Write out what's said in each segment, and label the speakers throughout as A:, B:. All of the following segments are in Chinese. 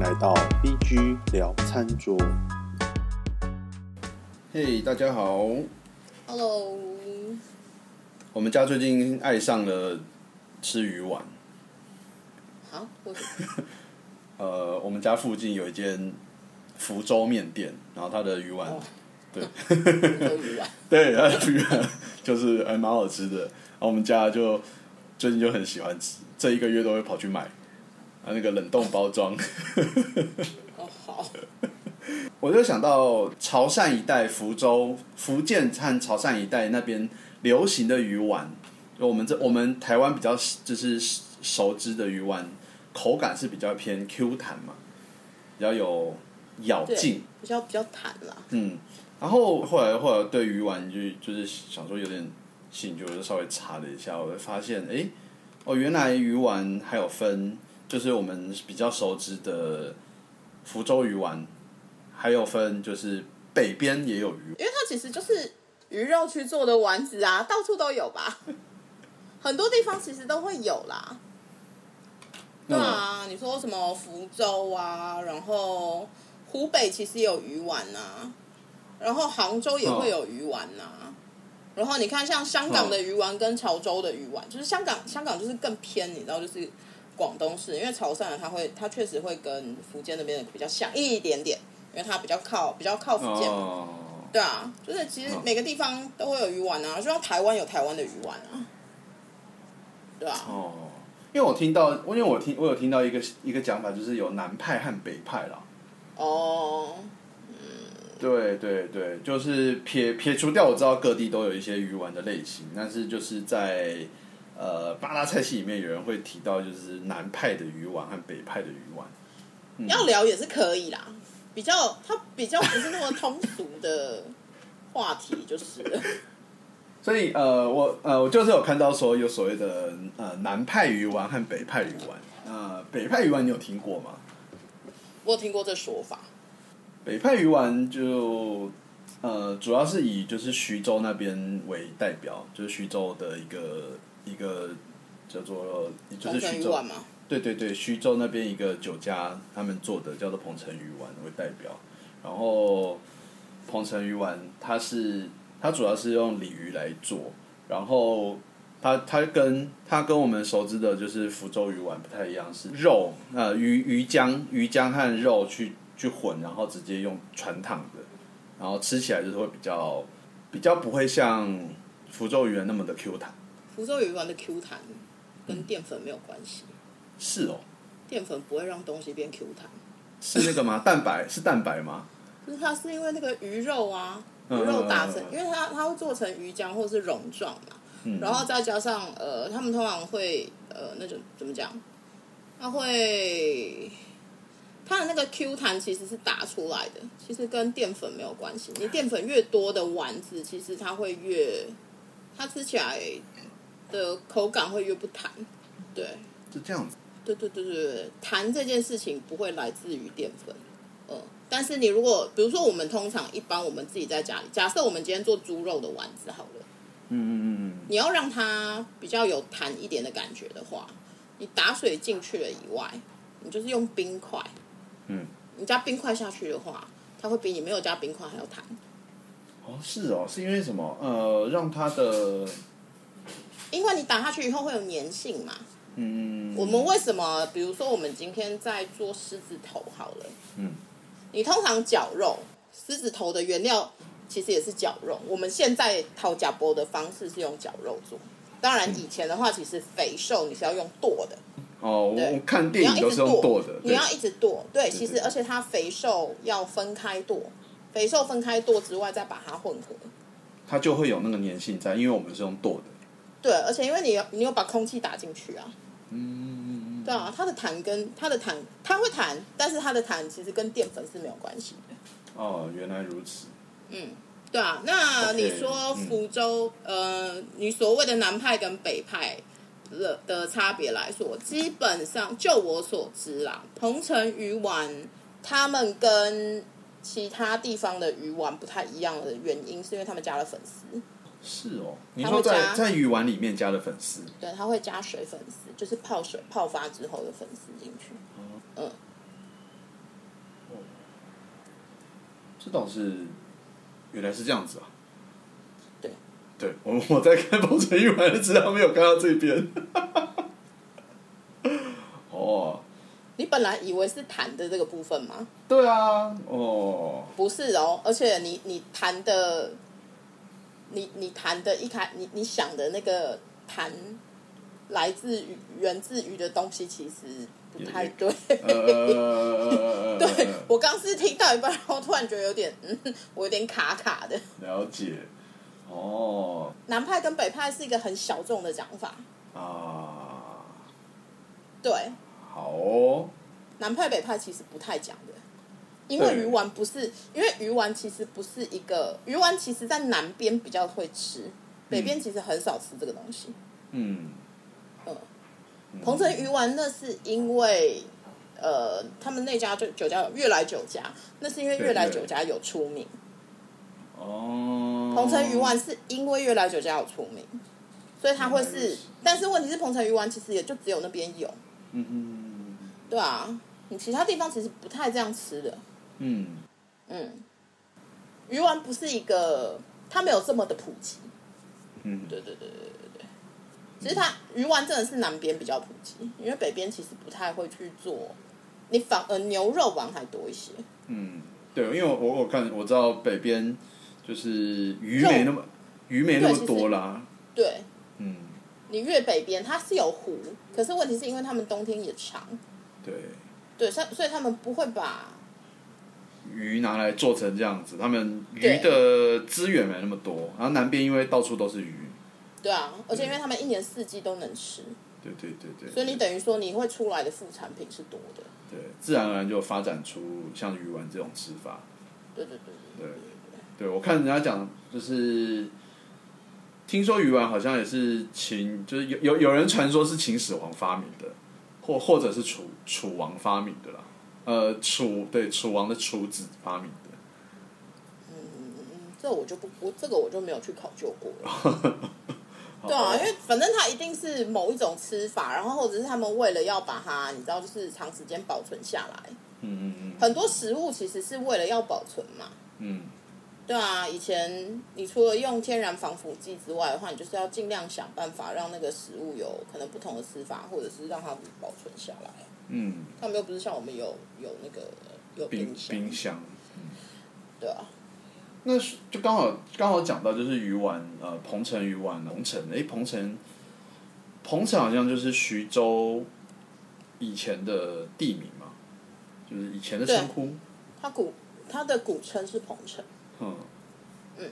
A: 来到 BG 聊餐桌。
B: 嘿大家好，
C: Hello，
B: 我们家最近爱上了吃鱼丸。
C: 好，我
B: 呃，我们家附近有一间福州面店，然后它的鱼丸，
C: 哦
B: 对
C: 可以吧？
B: 对，它的鱼丸就是还蛮好吃的。然后我们家就最近就很喜欢吃，这一个月都会跑去买。啊，那个冷冻包装，
C: 哦，好，
B: 我就想到潮汕一带、福州、福建和潮汕一带那边流行的鱼丸，我们这我们台湾比较就是熟知的鱼丸，口感是比较偏 Q 弹嘛，比较有咬劲
C: 对。，比较比较弹啦。
B: 嗯，然后后来后来对鱼丸就就是想说有点兴趣，我就稍微查了一下，我就发现哎，诶哦，原来鱼丸还有分，就是我们比较熟知的福州鱼丸，还有分就是北边也有鱼，
C: 因为它其实就是鱼肉去做的丸子啊，到处都有吧，很多地方其实都会有啦。对啊，
B: 嗯
C: 你说什么福州啊，然后湖北其实也有鱼丸呐、然后杭州也会有鱼丸呐、然后你看，像香
B: 嗯
C: 港的鱼丸跟潮州的鱼丸，就是香港，香港就是更偏，你知道，就是广东式，因为潮汕人他会，他确实会跟福建那边的比较像一点点，因为他比较靠比较靠福建嘛。
B: 哦，
C: 对啊，就是其实
B: 嗯
C: 每个地方都会有鱼丸啊，就像台湾有台湾的鱼丸啊，对啊，
B: 哦，因为我听到，因为我听我有听到一个一个讲法，就是有南派和北派啦。
C: 哦，
B: 对对对，就是撇撇除掉，我知道各地都有一些鱼丸的类型，但是就是在呃八大菜系里面，有人会提到就是南派的鱼丸和北派的鱼丸。嗯
C: 要聊也是可以啦，比较它比较不是那么通俗的话题，就是 了
B: 所以呃，我呃我就是有看到说有所谓的呃南派鱼丸和北派鱼丸。呃，北派鱼丸你有听过吗？
C: 我有听过这说法，
B: 北派鱼丸就呃，主要是以就是徐州那边为代表，就是徐州的一个一个叫做就
C: 红
B: 是
C: 船
B: 徐
C: 鱼
B: 州
C: 丸嘛，
B: 对对对，徐州那边一个酒家，他们做的叫做鹏城鱼丸为代表，然后鹏城鱼丸它是它主要是用鲤鱼来做，然后它它跟它跟我们熟知的就是福州鱼丸不太一样，是肉呃鱼鱼浆鱼浆和肉去去混，然后直接用传烫的，然后吃起来就是会比较比较不会像福州鱼丸那么的 Q 弹，
C: 福州鱼丸的 Q 弹跟淀粉没有关系，
B: 是哦，
C: 淀粉不会让东西变 Q 弹，
B: 是那个吗？蛋白是蛋白吗？
C: 就是它是因为那个鱼肉啊，鱼
B: 嗯
C: 肉打成
B: 嗯嗯，嗯
C: 因为它它会做成鱼浆或是蓉状嘛，
B: 嗯
C: 然后再加上呃，他们通常会呃那种怎么讲，它会它的那个 Q 弹其实是打出来的，其实跟淀粉没有关系。你淀粉越多的丸子，其实它会越它吃起来的口感会越不弹。对，
B: 是这样子。
C: 对对对对对，弹这件事情不会来自于淀粉，呃，但是你如果比如说我们通常一般我们自己在家里，假设我们今天做猪肉的丸子好了。
B: 嗯嗯嗯
C: 你要让它比较有弹一点的感觉的话，你打水进去了以外，你就是用冰块。
B: 嗯。
C: 你加冰块下去的话，它会比你没有加冰块还要弹，
B: 哦，是哦，是因为什么？呃，让它的
C: 因为你打下去以后会有粘性嘛。
B: 嗯，
C: 我们为什么？比如说，我们今天在做狮子头好了，
B: 嗯，
C: 你通常绞肉，狮子头的原料其实也是绞肉。我们现在讨假波的方式是用绞肉做，当然以前的话，其实肥瘦你是要用剁的，
B: 哦，我
C: 对
B: 我看
C: 你
B: 电
C: 要
B: 影
C: 一
B: 都
C: 直
B: 是用剁的，
C: 你
B: 对，
C: 要一直剁。对，其
B: 对
C: 实
B: 对
C: 而且它肥瘦要分开剁，肥瘦分开剁之外，再把它混合。
B: 它就会有那个粘性在，因为我们是用剁的。
C: 对，而且因为你有你有把空气打进去啊，
B: 嗯，
C: 对啊，它的弹跟它的弹，它会弹，但是它的弹其实跟淀粉是没有关系的。
B: 哦，原来如此。
C: 对啊，那
B: OK，
C: 你说
B: 嗯
C: 福州、呃，你所谓的南派跟北派的的差别来说，基本上就我所知啦，鹏城鱼丸他们跟其他地方的鱼丸不太一样的原因，是因为他们加了粉丝，
B: 是哦，你
C: 它
B: 说
C: 会
B: 在
C: 加
B: 在鱼丸里面加了粉丝，
C: 对，他会加水粉丝，就是泡水泡发之后的粉丝进去。嗯，
B: 这倒是原来是这样子啊。
C: 对，
B: 对我 我在看《鹏城玉丸》，知道没有看到这边。 哦，
C: 你本来以为是弹的这个部分吗？
B: 对啊，哦，
C: 不是哦，而且你你弹的，你你弹的一开你你想的那个弹，来自于源自于的东西，其实不太对。
B: 呃，
C: 对我刚是听到一半，然后突然觉得有点， 嗯，我有点卡卡的。
B: 了解。哦
C: 南派跟北派是一个很小众的讲法，
B: 啊，
C: 对，
B: 好哦，
C: 南派北派其实不太讲的，因为
B: 对
C: 鱼丸不是，因为鱼丸其实不是一个鱼丸，其实在南边比较会吃，北边其实很少吃这个东西。
B: 嗯，
C: 嗯，
B: 嗯
C: 彭城鱼丸那是因为。呃，他们那家就酒家有悦来酒家，那是因为
B: 对
C: 悦来
B: 对
C: 酒家有出名。
B: 哦，
C: 彭城鱼丸是因为悦来酒家有出名，所以它会
B: 原来如
C: 是
B: 此。
C: 但是问题是，彭城鱼丸其实也就只有那边有，
B: 嗯，嗯
C: 对啊，你其他地方其实不太这样吃的。
B: 嗯嗯，
C: 嗯，鱼丸不是一个，它没有这么的普及。
B: 嗯，
C: 对对对对对对对。其实它鱼丸真的是南边比较普及，因为北边其实不太会去做，你反而牛肉丸还多一些。
B: 嗯，对，因为我我看我知道北边就是鱼没那么鱼没那
C: 对
B: 么
C: 其实
B: 多啦，
C: 对
B: 嗯，
C: 你越北边，它是有湖，可是问题是因为他们冬天也长，
B: 对，
C: 对，所以所以他们不会把
B: 鱼拿来做成这样子，他们鱼
C: 对
B: 的资源没那么多，然后南边因为到处都是鱼，
C: 对啊，而且因为他们一年四季都能吃，
B: 对对对对，
C: 所以你等于说你会出来的副产品是多的。
B: 对自然而然就发展出像鱼丸这种吃法，
C: 对对对对
B: 对，对我看人家讲就是。听说鱼丸好像也是秦，就是有有有人传说是秦始皇发明的，或或者是楚楚王发明的啦。呃，楚对楚王的楚子发明的。
C: 这我就不，我这个我就没有去考究过了。 对
B: 哦
C: 啊，因为反正它一定是某一种吃法，然后或者是他们为了要把它，你知道，就是长时间保存下来。
B: 嗯嗯嗯
C: 很多食物其实是为了要保存嘛。
B: 嗯，
C: 对啊，以前你除了用天然防腐剂之外的话，你就是要尽量想办法让那个食物有可能不同的吃法，或者是让它保存下来。
B: 嗯，
C: 他们又不是像我们有有那个有
B: 冰
C: 箱，
B: 冰箱。
C: 对啊，
B: 那是就刚好刚好讲到就是鱼丸，呃，鹏城鱼丸，鹏城，诶，鹏城，鹏城好像就是徐州以前的地名嘛，就是以前的称呼。
C: 它古它的古称是鹏城。
B: 嗯，
C: 嗯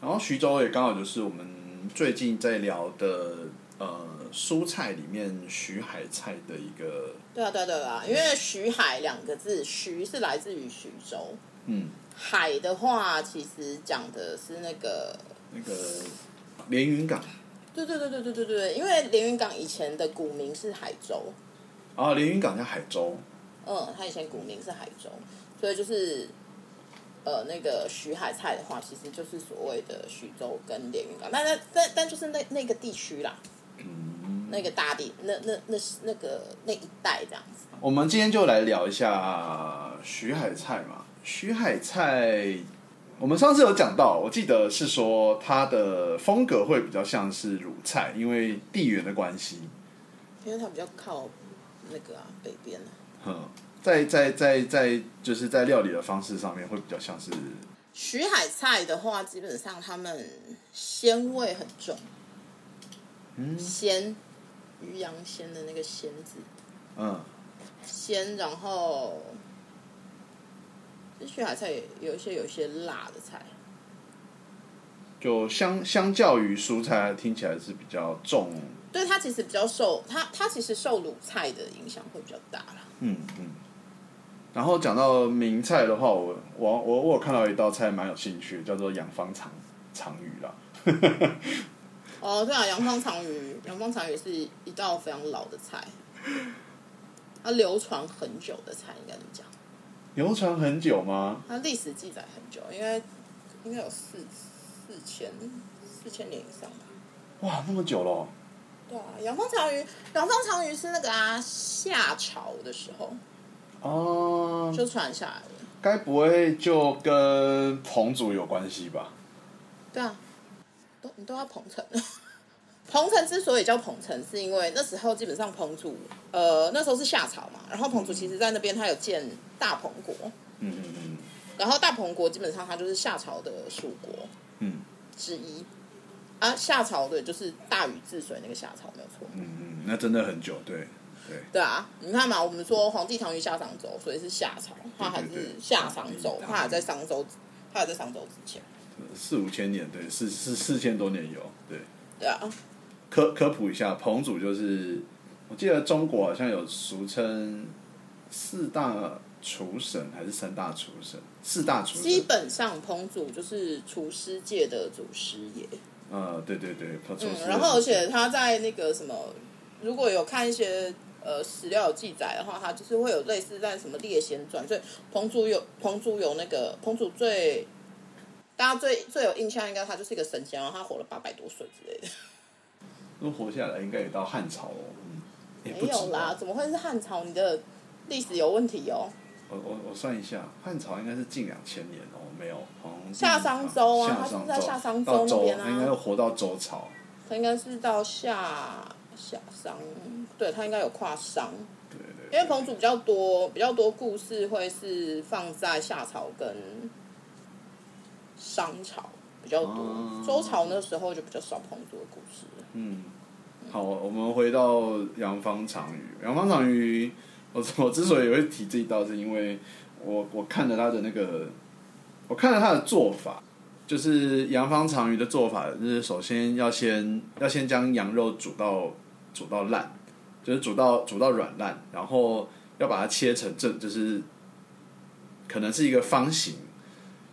B: 然后徐州也刚好就是我们最近在聊的呃蔬菜里面徐海菜的一个
C: 对啊，对啊，对啊，因为“徐海”两个字，“徐”是来自于徐州，
B: 嗯
C: 海的话其实讲的是那个，
B: 那个连云港
C: 对对对对对对对，因为连云港以前的古名是海州，
B: 啊，连云港叫海州，
C: 嗯，它以前古名是海州，所以就是，呃，那个徐海菜的话，其实就是所谓的徐州跟连云港，但但但但就是那那个地区啦，
B: 嗯，
C: 那个大地，那那那是那个那一带这样子，
B: 我们今天就来聊一下徐海菜嘛。徐海菜，我们上次有讲到，我记得是说它的风格会比较像是鲁菜，因为地缘的关系。
C: 因为它比较靠那个啊北边啊。
B: 嗯，在在在在，就是在料理的方式上面会比较像是，
C: 徐海菜的话，基本上他们鲜味很重，
B: 嗯
C: 鲜鱼羊鲜的那个鲜字，
B: 嗯，
C: 鲜，然后其实徐海菜也有一些有一些辣的菜，
B: 就相相较于蔬菜，听起来是比较重，
C: 对它其实比较受它它其实受鲁菜的影响会比较大啦。
B: 嗯嗯。然后讲到名菜的话，我我我我有看到一道菜蛮有兴趣，叫做养方长长鱼啦。
C: 哦，对啊，洋方长鱼，洋方长鱼是一道非常老的菜，它流传很久的菜，应该怎么讲？
B: 流传很久吗？
C: 它历史记载很久，应该应该有四四千四千年以上吧。
B: 哇，那么久了哦、
C: 对啊，养蜂长鱼，养蜂长鱼是那个啊夏朝的时候
B: 哦、
C: 就传下来了。
B: 该不会就跟彭祖有关系吧？
C: 对啊，都你都要捧城。彭城之所以叫彭城，是因为那时候基本上彭祖，呃，那时候是夏朝嘛，然后彭祖其实在那边他有建大彭国，
B: 嗯嗯嗯
C: 然后大彭国基本上它就是夏朝的属国
B: 嗯
C: 之一，啊，夏朝的就是大禹治水那个夏朝没有错，
B: 嗯嗯，那真的很久，对对，
C: 对啊，你看嘛，我们说皇帝唐虞夏商周，所以是夏朝，它还
B: 对对
C: 是
B: 对嗯
C: 夏商周，
B: 大
C: 它还在商周，它还在商周之前，
B: 四五千年，对，四四四千多年有，对。
C: 对啊，
B: 科科普一下，彭祖就是，我记得中国好像有俗称四大厨神还是三大厨神，四大厨
C: 基
B: 神。
C: 本上彭祖就是厨师界的祖师爷，
B: 呃，对对对，彭祖、
C: 嗯，然后而且他在那个什么，如果有看一些呃史料有记载的话，他就是会有类似在什么列仙传，所以彭祖有彭祖有那个彭祖最大家最最有印象，应该他就是一个神仙，然后他活了八百多岁之类的。
B: 都活下来，应该也到汉朝哦。嗯，也不
C: 没有
B: 止
C: 啦，
B: 吧
C: 怎么会是汉朝？你的历史有问题哦。
B: 我我我算一下，汉朝应该是近两千年哦，没有，好像
C: 夏商周啊
B: 夏商
C: 他是在夏商周
B: 到
C: 那边啊
B: 他应该要活到周朝。
C: 他应该是到夏夏商，对他应该有跨商，
B: 对对
C: 因
B: 对
C: 为彭祖比较多，比较多故事会是放在夏朝跟商朝比较多，
B: 哦
C: 周朝那时候就比较少彭祖的故事。
B: 嗯，好，我们回到杨方长鱼。杨方长鱼，我 我之所以会提这一道，是因为我我看了他的那个，我看了他的做法，就是杨方长鱼的做法，就是首先要先要先将羊肉煮到煮到烂，就是煮到煮到软烂，然后要把它切成正，就是可能是一个方形。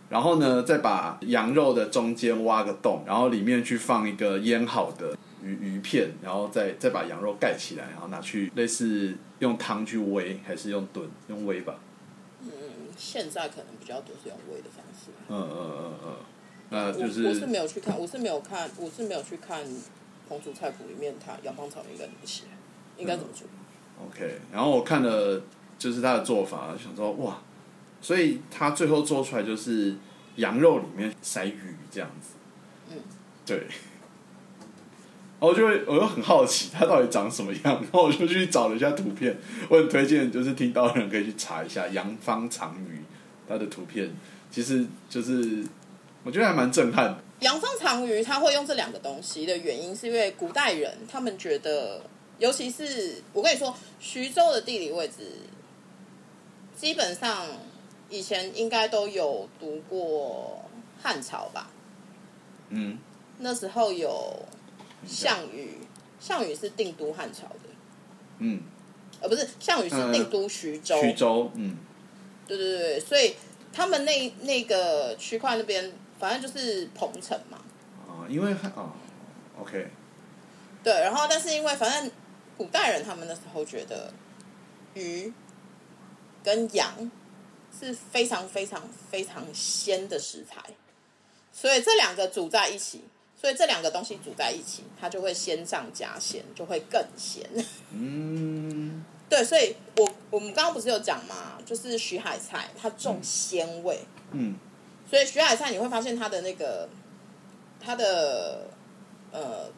B: 然后呢，再把羊肉的中间挖个洞，然后里面去放一个腌好的鱼鱼片，然后再再把羊肉盖起来，然后拿去类似用汤去煨，还是用炖，用煨吧。
C: 嗯，现在可能比较多是用煨的方式。
B: 嗯嗯嗯嗯，那就
C: 我我是
B: 是
C: 没有去看，我是没有看，我是没有去看彭祖菜谱里面他杨芳草应该怎么写，应该怎么煮。
B: OK。然后我看了就是他的做法，想说哇，所以他最后做出来就是羊肉里面塞鱼这样子。
C: 嗯，
B: 对。然后我就会，我又很好奇它到底长什么样，然后我就去找了一下图片。我很推荐，就是听到的人可以去查一下杨方长鱼它的图片，其实就是我觉得还蛮震撼的。
C: 洋方长鱼，他会用这两个东西的原因，是因为古代人他们觉得，尤其是我跟你说，徐州的地理位置，基本上以前应该都有读过汉朝吧？
B: 嗯，
C: 那时候有项羽，项羽是定都汉朝的，
B: 嗯，
C: 呃，不是项羽是定都徐州，
B: 徐州，嗯，
C: 对对对，所以他们那那个区块那边，反正就是彭城嘛，
B: 啊、因为汉啊、OK，
C: 对，然后但是因为反正古代人他们那时候觉得鱼跟羊是非常非常非常鲜的食材，所以这两个煮在一起，所以这两个东西煮在一起，它就会鲜上加鲜，就会更鲜。
B: 嗯，
C: 对，所以我我们刚刚不是有讲嘛，就是徐海菜它重鲜味，
B: 嗯，
C: 所以徐海菜你会发现它的那个它的呃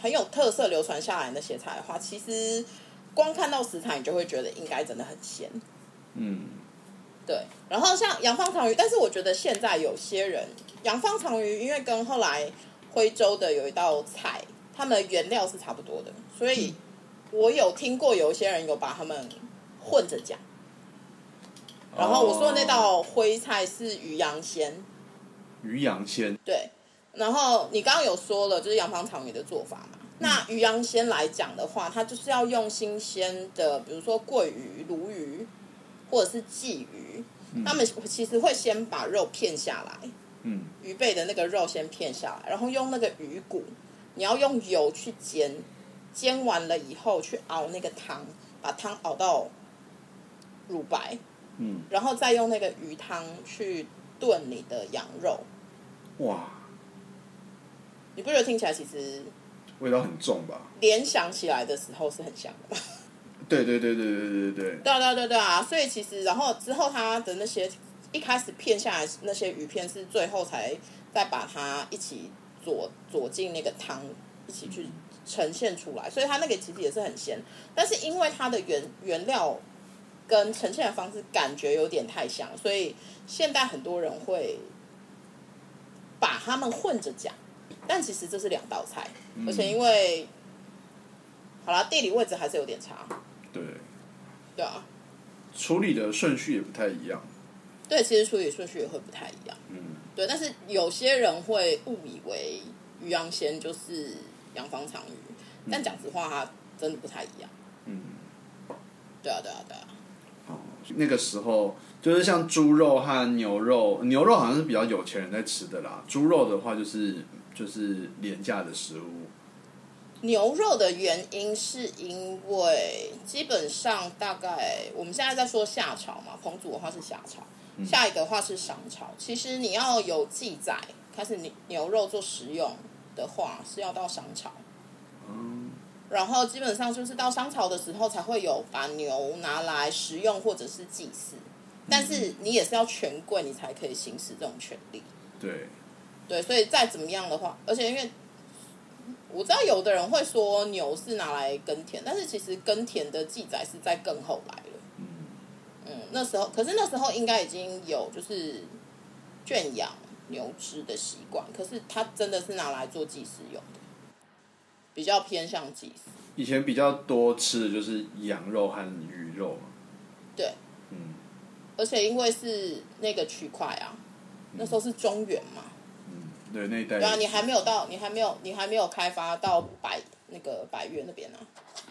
C: 很有特色流传下来那些菜的话，其实光看到食材你就会觉得应该真的很鲜。
B: 嗯，
C: 对，然后像杨芳长鱼，但是我觉得现在有些人杨芳长鱼，因为跟后来徽州的有一道菜，他们的原料是差不多的，所以我有听过有一些人有把他们混着讲。然后我说的那
B: 哦
C: 道徽菜是鱼羊鲜，
B: 鱼羊鲜，
C: 对，然后你刚刚有说了，就是洋方长鱼的做法嘛。那鱼羊鲜来讲的话，它就是要用新鲜的，比如说桂鱼、鲈鱼或者是鲫鱼，他们其实会先把肉片下来，
B: 嗯，
C: 鱼背的那个肉先片下来，然后用那个鱼骨，你要用油去煎，煎完了以后去熬那个汤，把汤熬到乳白，
B: 嗯，
C: 然后再用那个鱼汤去炖你的羊肉。
B: 哇，
C: 你不觉得听起来其实
B: 味道很重吧？
C: 联想起来的时候是很像的吗？
B: 对对对对对对对对，
C: 对啊，对啊，对啊对啊，所以其实然后之后他的那些一开始片下来那些鱼片是最后才再把它一起佐佐进那个汤，一起去呈现出来，所以它那个其实也是很鲜，但是因为它的原原料跟呈现的方式感觉有点太像，所以现在很多人会把它们混着讲，但其实这是两道菜，而且因为好啦，地理位置还是有点差，
B: 对，
C: 对啊，
B: 处理的顺序也不太一样。
C: 对，其实处理顺序也会不太一样。
B: 嗯，
C: 对，但是有些人会误以为鱼羊鲜就是洋方长鱼，但讲实话，它真的不太一样。
B: 嗯，
C: 对啊，对啊，对啊，
B: 哦，那个时候就是像猪肉和牛肉，牛肉好像是比较有钱人在吃的啦，猪肉的话就是就是廉价的食物。
C: 牛肉的原因是因为基本上大概我们现在在说夏朝嘛，彭祖的话是夏朝，下一个的话是商朝。其实你要有记载开始牛牛肉做食用的话，是要到商朝。
B: 嗯，
C: 然后基本上就是到商朝的时候才会有把牛拿来食用或者是祭祀，但是你也是要权贵你才可以行使这种权利。
B: 对，
C: 对，所以再怎么样的话，而且因为我知道有的人会说牛是拿来耕田，但是其实耕田的记载是在更后来了。
B: 嗯
C: 嗯，那时候可是那时候应该已经有就是圈养牛只的习惯，可是它真的是拿来做祭祀用的，比较偏向祭祀。
B: 以前比较多吃的就是羊肉和鱼肉嘛。
C: 对，
B: 嗯
C: 而且因为是那个区块啊，那时候是中原嘛，
B: 嗯，对，那一代
C: 对啊，你还没有到，你还没有，你还没有开发到百那个百越那边呢、啊。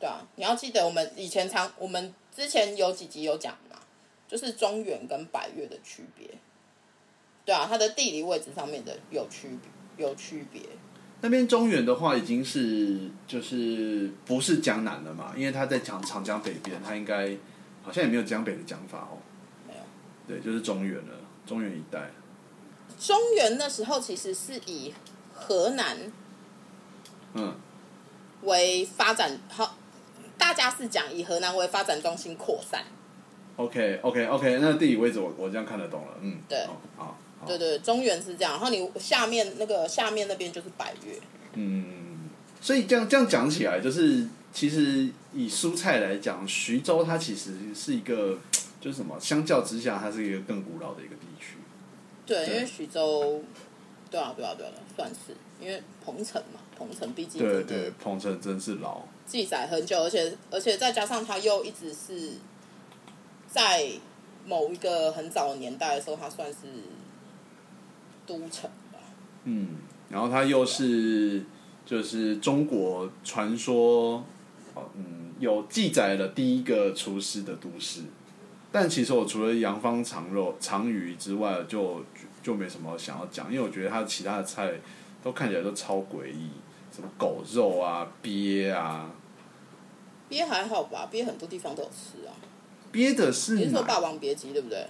C: 对啊，你要记得我们以前常我们之前有几集有讲嘛，就是中原跟百越的区别。对啊，它的地理位置上面的有区别，有区别。
B: 那边中原的话，已经是就是不是江南了嘛，因为他在长长江北边，他应该好像也没有江北的讲法哦。
C: 没有。
B: 对，就是中原了，中原一带。
C: 中原那时候其实是以河南
B: 嗯，
C: 为发展，好，大家是讲以河南为发展中心扩散。
B: OK OK OK，那地理位置我我这样看得懂了，嗯，
C: 对
B: 哦好，好，
C: 对对，中原是这样，然后你下面那个下面那边就是百越，
B: 嗯，所以这样这样讲起来，就是其实以蔬菜来讲，徐州它其实是一个就是什么，相较之下，它是一个更古老的一个地区。
C: 对，
B: 对
C: 因为徐州，对啊对啊对啊，算是因为彭城嘛，彭城毕竟
B: 对
C: 真的
B: 对，彭城真是老，
C: 记载很久，而且而且再加上它又一直是在某一个很早的年代的时候，它算是都城吧，
B: 嗯，然后它又是就是中国传说，哦嗯，有记载了第一个厨师的都市。但其实我除了杨芳长肉、长鱼之外就，就就没什么想要讲，因为我觉得它其他的菜都看起来都超诡异，什么狗肉啊、鳖啊，
C: 鳖还好吧，鳖很多地方都有吃啊，
B: 鳖的
C: 你
B: 是
C: 是说《霸
B: 哪？
C: 王别姬》对不对？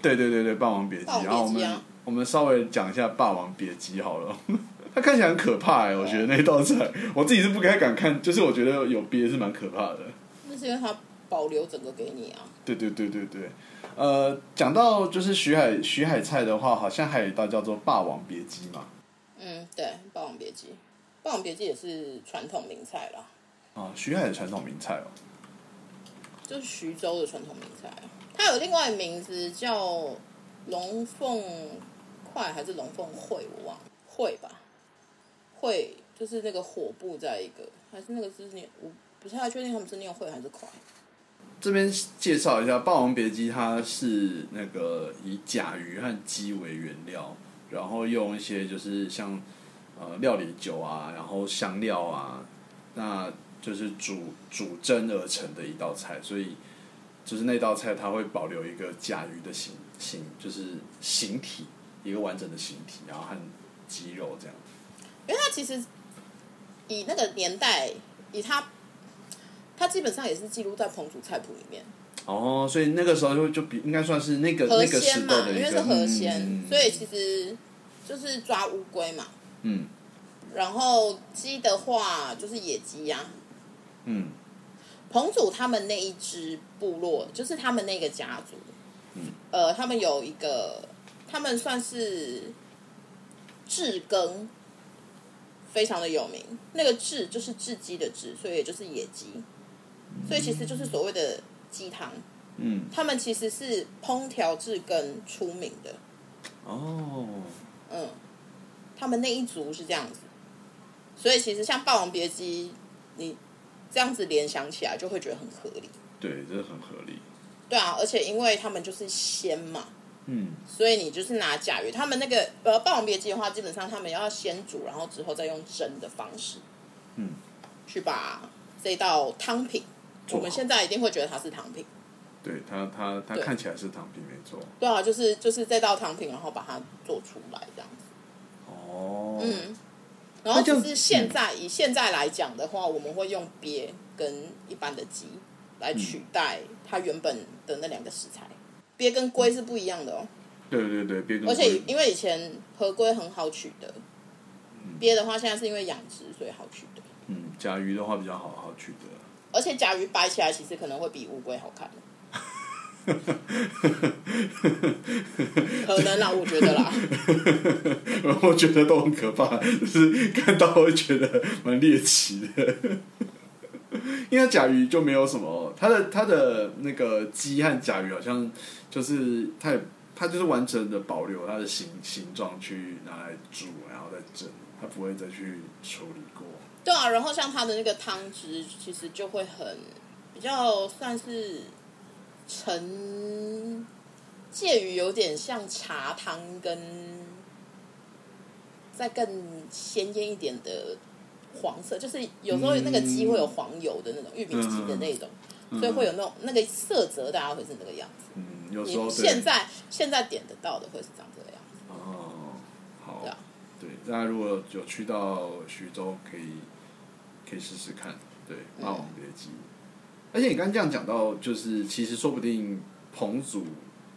B: 对对对对，《霸王别姬》
C: 霸王别姬啊
B: 然后我们我们稍微讲一下《霸王别姬》好了， 它看起来很可怕哎、
C: 啊
B: 我觉得那道菜我自己是不该敢看，就是我觉得有鳖是蛮可怕的。
C: 那是因为它保留整个给你啊，
B: 对对对对对，呃，讲到就是徐海徐海菜的话，好像还有一道叫做《霸王别姬》嘛。
C: 嗯，对，《霸王别姬》，《霸王别姬》也是传统名菜啦，
B: 啊，徐海的传统名菜哦。
C: 就是徐州的传统名菜啊。它有另外的名字叫龙凤块还是龙凤会，我忘了，会吧？会就是那个火部在一个，还是那个字念，我不太确定他们是念会还是块。
B: 这边介绍一下，《霸王别姬》，它是那个以甲鱼和鸡为原料，然后用一些就是像呃料理酒啊，然后香料啊，那就是煮煮蒸而成的一道菜，所以就是那道菜它会保留一个甲鱼的形形，就是形体，一个完整的形体，然后和鸡肉这样。
C: 因为它其实以那个年代，以它，它基本上也是记录在彭祖菜谱里面，
B: 哦，所以那个时候就就比应该算是那个
C: 河
B: 那个
C: 鲜
B: 时
C: 嘛
B: 代，的一
C: 因
B: 个，
C: 为是河鲜，
B: 嗯
C: 所以其实就是抓乌龟嘛。
B: 嗯
C: 然后鸡的话就是野鸡呀、
B: 嗯
C: 彭祖他们那一支部落，就是他们那个家族，
B: 嗯
C: 呃，他们有一个，他们算是至耕，非常的有名。那个至就是雉鸡的雉，所以也就是野鸡，所以其实就是所谓的鸡汤。
B: 嗯，
C: 他们其实是烹调至耕出名的，
B: 哦，
C: 嗯，他们那一族是这样子，所以其实像《霸王别姬》，你这样子联想起来就会觉得很合理。
B: 对，这很合理。
C: 对啊，而且因为他们就是仙嘛，
B: 嗯，
C: 所以你就是拿甲鱼，他们那个呃《霸王别姬》的话，基本上他们要先煮，然后之后再用蒸的方式，
B: 嗯，
C: 去把这道汤品，
B: 做好
C: 我们现在一定会觉得它是汤品，
B: 对他，他他
C: 对
B: 看起来是躺平没错。
C: 对啊，就是就是这道汤品，然后把它做出来这样子，
B: 哦，
C: 嗯，然后
B: 那就嗯
C: 只是现在、以现在来讲的话，我们会用鳖跟一般的鸡
B: 嗯
C: 来取代它原本的那两个食材，鳖跟龟是不一样的哦。
B: 对对对，别跟
C: 而且
B: 嗯龟
C: 因为以前河龟很好取得，鳖的话现在是因为养殖所以好取得，
B: 嗯，甲鱼的话比较好好取得。
C: 而且甲鱼摆起来其实可能会比乌龟好看，可能啦，我觉得啦，
B: 我觉得都很可怕，就是 看到会觉得蛮猎奇的。因为甲鱼就没有什么，它的它的那个鸡和甲鱼好像就是它也它就是完整的保留它的形形状去拿来煮，然后再蒸，它不会再去处理过。
C: 对啊，然后像它的那个汤汁其实就会很比较算是沉，介于有点像茶汤跟再更鲜艳一点的黄色，就是有时候那个鸡会有黄油的那种、玉米鸡的那种，所以会有那种那个色泽，大家会是那个样子。
B: 嗯，有时候
C: 你
B: 对
C: 现在现在点得到的会是长这个样子，
B: 哦，好
C: 对啊，
B: 对，大家如果有去到徐州，可以可以试试看，对《霸王别姬》而且你刚刚这样讲到，就是其实说不定彭祖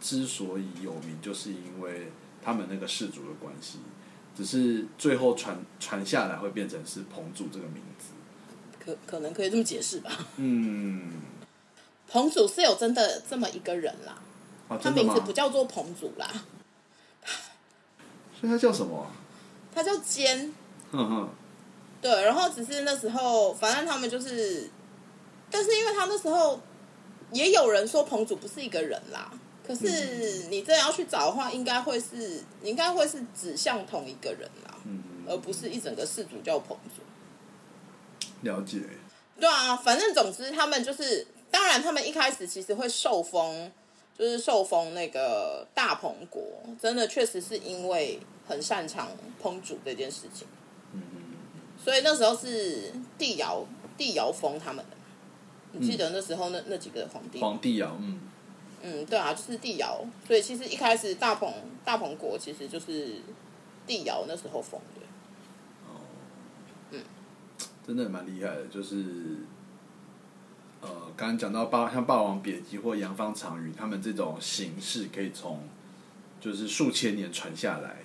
B: 之所以有名，就是因为他们那个氏族的关系，只是最后传传下来会变成是彭祖这个名字。
C: 可可能可以这么解释吧。
B: 嗯，
C: 彭祖是有真的这么一个人啦，
B: 啊，
C: 他
B: 真的
C: 名
B: 吗
C: 字？不叫做彭祖啦，
B: 所以他叫什么啊？ 嗯
C: 他叫坚。
B: 哼哼，
C: 对，然后只是那时候，反正他们就是，但是因为他那时候也有人说彭祖不是一个人啦，可
B: 嗯
C: 是你真的要去找的话，应该会是你应该会是指向同一个人啦，
B: 嗯，
C: 而不是一整个氏族叫彭祖。
B: 了解。
C: 对啊，反正总之他们就是，当然他们一开始其实会受封，就是受封那个大彭国，真的确实是因为很擅长烹煮这件事情，
B: 嗯嗯
C: 所以那时候是帝尧帝尧封他们的。你记得那时候那、那几个皇帝
B: 嗯，？皇帝啊，嗯，
C: 嗯，对啊，就是帝尧。所以其实一开始大彭大彭国其实就是帝尧那时候封的。
B: 真的蛮厉害的，就是呃，刚刚讲到霸像《霸王别姬》或《杨方长鱼》，他们这种形式可以从就是数千年传下来，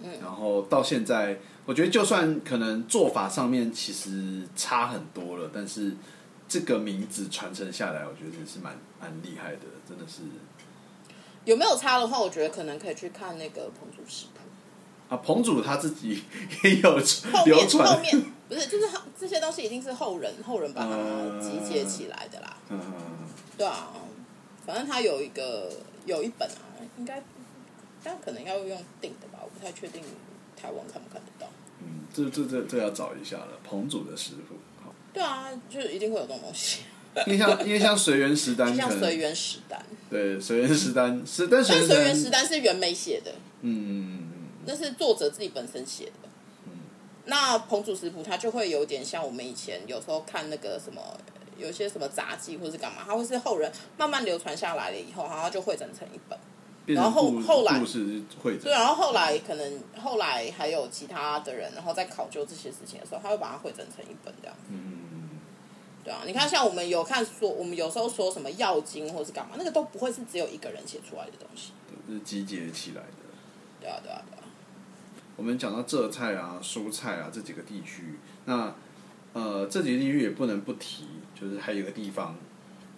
B: 嗯，然后到现在，我觉得就算可能做法上面其实差很多了，但是这个名字传承下来，我觉得是蛮蛮厉害的，真的是
C: 有没有差的话，我觉得可能可以去看那个彭祖食谱。
B: 啊，彭祖他自己也有
C: 后
B: 流
C: 面
B: 传
C: 后，面不是，就是后这些东西一定是后人后人把它
B: 嗯
C: 集结起来的啦。
B: 嗯，
C: 对啊，反正他有一个有一本啊，应该但可能要用订的吧，我不太确定台湾看不看得到。
B: 嗯这这这这要找一下了，彭祖的师傅。好
C: 对啊，就是一定会有这种东西，
B: 因为像因为像随缘食单
C: 就
B: 可
C: 像
B: 能，
C: 随缘食单，
B: 对随缘食单是，但随
C: 但
B: 缘
C: 随缘食
B: 食单，
C: 单是袁枚写的，
B: 嗯，
C: 那是作者自己本身写的。那彭祖食谱它就会有点像我们以前有时候看那个什么，有些什么杂技或是干嘛，它会是后人慢慢流传下来了以后，然后就汇整成一本。
B: 变成
C: 然后
B: 故
C: 后来
B: 故事会
C: 对，然后后来可能后来还有其他的人，然后在考究这些事情的时候，他会把它汇整成一本这样子。
B: 嗯，
C: 对啊，你看像我们有看说，我们有时候说什么药经或是干嘛，那个都不会是只有一个人写出来的东西。
B: 就是集结起来的。
C: 对啊，对啊，对啊。
B: 我们讲到浙菜啊、蔬菜啊这几个地区，那呃这几个地区也不能不提，就是还有一个地方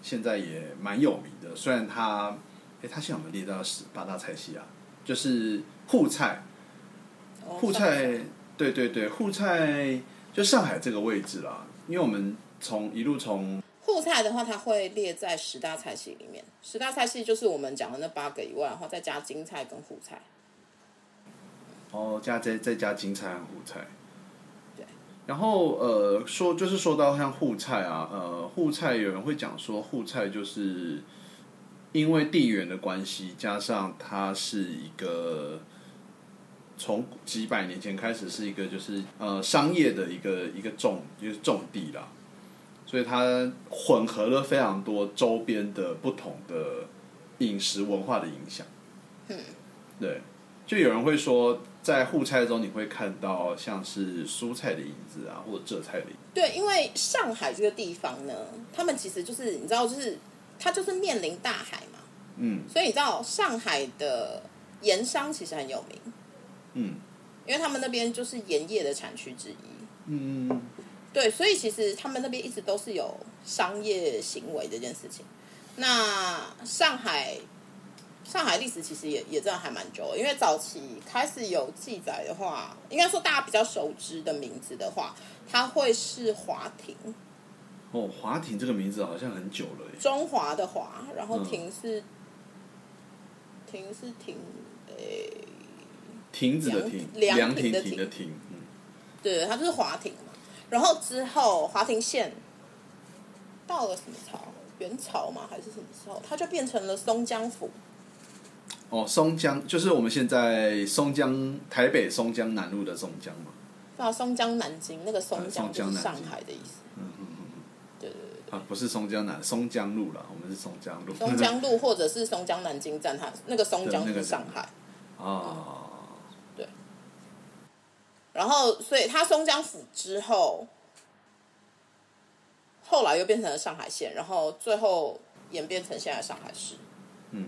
B: 现在也蛮有名的，虽然它诶，它现在我们列到十八大菜系啊，就是沪菜，
C: 哦
B: 沪菜，对对对，沪菜就上海这个位置啦，因为我们从一路从
C: 沪菜的话，它会列在十大菜系里面。十大菜系就是我们讲的那八个以外，然后再加京菜跟沪菜。
B: 哦，加再再加金菜和沪菜。
C: 对。
B: 然后呃，说就是说到像沪菜啊，呃，沪菜有人会讲说沪菜就是因为地缘的关系，加上它是一个从几百年前开始是一个就是呃商业的一个一个重就是重地啦，所以它混合了非常多周边的不同的饮食文化的影响。嗯，对。就有人会说，在沪菜中你会看到像是蔬菜的影子啊，或者浙菜的影子。
C: 对，因为上海这个地方呢，他们其实就是你知道，就是它就是面临大海嘛，
B: 嗯
C: 所以你知道上海的盐商其实很有名，
B: 嗯
C: 因为他们那边就是盐业的产区之一。
B: 嗯，
C: 对，所以其实他们那边一直都是有商业行为这件事情。那上海，上海历史其实也也真的还蛮久的，因为早期开始有记载的话，应该说大家比较熟知的名字的话，它会是华亭。
B: 哦，华亭这个名字好像很久了耶。
C: 中华的华，然后
B: 嗯
C: 亭是、亭是亭，诶、
B: 亭子的亭，
C: 凉
B: 凉
C: 亭
B: 亭
C: 的
B: 亭
C: 亭
B: 的亭。嗯，
C: 对，它就是华亭嘛。然后之后华亭县到了什么朝？元朝嘛，还是什么时候？它就变成了松江府。
B: 哦，松江就是我们现在松江台北松江南路的松江嘛。
C: 啊，松江南京那个松江
B: 啊松
C: 就
B: 江南
C: 是
B: 京
C: 上海的意思。
B: 嗯嗯嗯
C: 对对对，
B: 嗯，啊，不是松江南，松江路啦，我们是松江路。
C: 松江路或者是松江南京站，它那个松江
B: 对那
C: 是
B: 个
C: 上海。
B: 啊，
C: 然后，所以它松江府之后，后来又变成了上海县，然后最后演变成现在的上海市。
B: 嗯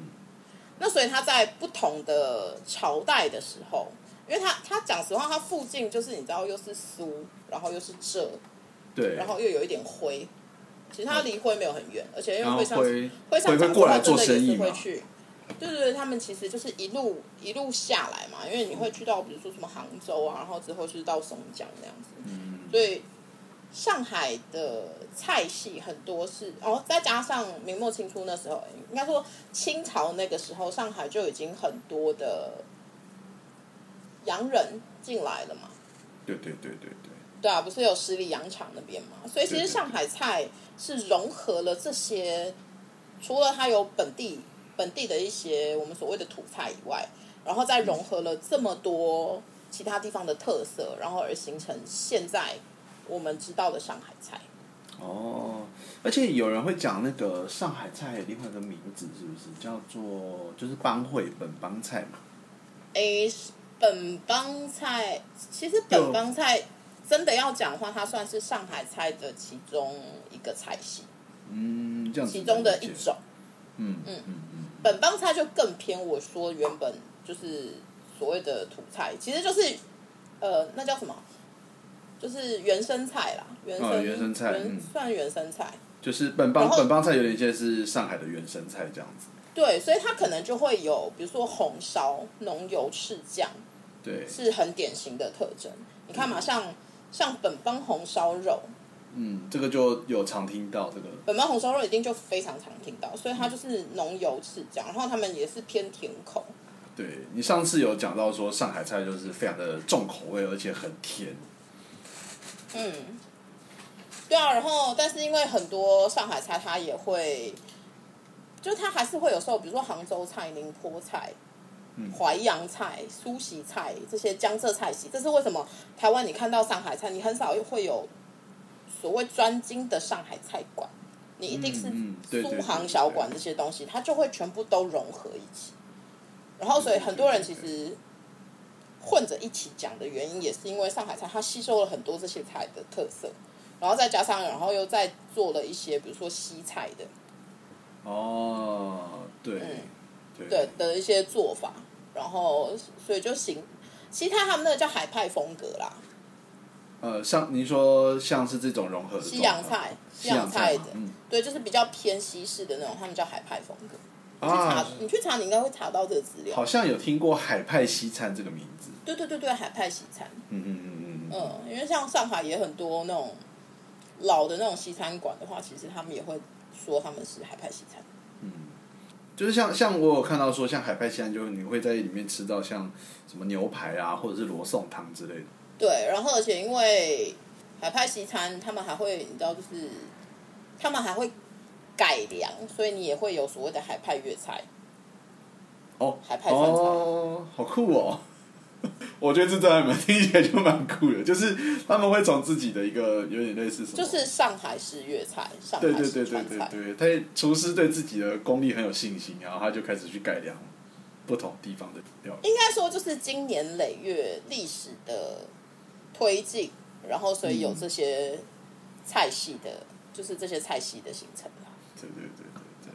C: 那所以它在不同的朝代的时候，因为它它讲实话，它附近就是你知道又是苏，然后又是浙，
B: 对。哦
C: 然后又有一点徽，其实它离徽没有很远，而且因
B: 然
C: 为
B: 后
C: 会上
B: 会
C: 会上
B: 会
C: 讲
B: 过
C: 话
B: 来
C: 真
B: 做
C: 的
B: 生意
C: 也是
B: 嘛
C: 会？去。对对对，他们其实就是一路一路下来嘛，因为你会去到比如说什么杭州啊，然后之后就是到松江这样子，
B: 嗯
C: 所以上海的菜系很多是哦，再加上明末清初那时候，应该说清朝那个时候，上海就已经很多的洋人进来了嘛，
B: 对对对对对，
C: 对啊，不是有十里洋场那边嘛，所以其
B: 对对
C: 实上海菜是融合了这些，除了它有本地本地的一些我们所谓的土菜以外，然后再融合了这么多其他地方的特色，然后而形成现在我们知道的上海菜。
B: 哦，而且有人会讲那个上海菜有另外一个名字，是不是叫做就是帮会本帮菜嘛？
C: 诶，哎本帮菜其实本帮菜真的要讲的话，它算是上海菜的其中一个菜系，
B: 嗯，这样子
C: 其中的一种。
B: 嗯。嗯嗯嗯，
C: 本帮菜就更偏我说原本就是所谓的土菜，其实就是呃，那叫什么？就是原生菜啦，原生、
B: 哦原生菜
C: 原
B: 嗯
C: 算原生菜。
B: 就是本
C: 然
B: 帮
C: 后
B: 本帮菜有点像是上海的原生菜这样子。
C: 对，所以它可能就会有，比如说红烧、浓油赤酱
B: 对，
C: 是很典型的特征。你看嘛，像像本帮红烧肉，
B: 嗯，这个就有常听到这个，
C: 本帮红烧肉一定就非常常听到，所以它就是浓油赤酱，然后他们也是偏甜口。
B: 对你上次有讲到说上海菜就是非常的重口味，而且很甜。
C: 嗯，对啊，然后但是因为很多上海菜它也会，就它还是会有时候，比如说杭州菜、宁波菜、
B: 嗯
C: 淮扬菜、苏锡菜这些江浙菜系，这是为什么台湾你看到上海菜，你很少会有所谓专精的上海菜馆，你一定
B: 嗯嗯
C: 是
B: 对对
C: 苏
B: 对
C: 杭
B: 对
C: 小
B: 对
C: 馆这些东西，它就会全部都融合一起。然后，所以很多人其实混着一起讲的原因，也是因为上海菜它吸收了很多这些菜的特色，然后再加上，然后又再做了一些，比如说西菜的，
B: 哦，对，
C: 嗯
B: 对
C: 对的一些做法，然后所以就行。西菜他们那个叫海派风格啦，
B: 呃，像您说像是这种融合的
C: 西洋
B: 状况
C: 菜，西
B: 哦西
C: 洋
B: 洋
C: 菜
B: 菜
C: 的
B: 嘛，嗯
C: 对，就是比较偏西式的那种，他们叫海派风格。你去查
B: 啊，
C: 你去查，你应该会查到这个资料
B: 好。像有听过海派西餐这个名字。
C: 对对对对，海派西餐，
B: 嗯嗯嗯嗯嗯。
C: 嗯，因为像上海也很多那种老的那种西餐馆的话，其实他们也会说他们是海派西餐。
B: 就是像像我有看到说，像海派西餐，就是你会在里面吃到像什么牛排啊，或者是罗宋汤之类的。
C: 对，然后而且因为海派西餐，他们还会你知道就是他们还会改良，所以你也会有所谓的海派粤菜。
B: 哦，
C: 海派川菜
B: 哦，好酷哦！我觉得这真的蛮听起来就蛮酷的，就是他们会从自己的一个有点类似什么，
C: 就是上海式粤菜，上
B: 对
C: 海
B: 对
C: 式
B: 对对
C: 川菜。
B: 对对，他厨师对自己的功力很有信心，然后他就开始去改良不同地方的料理。
C: 应该说就是经年累月历史的推进，然后所
B: 嗯
C: 以有这些菜系的，就是这些菜系的形成啦。
B: 对对对对对。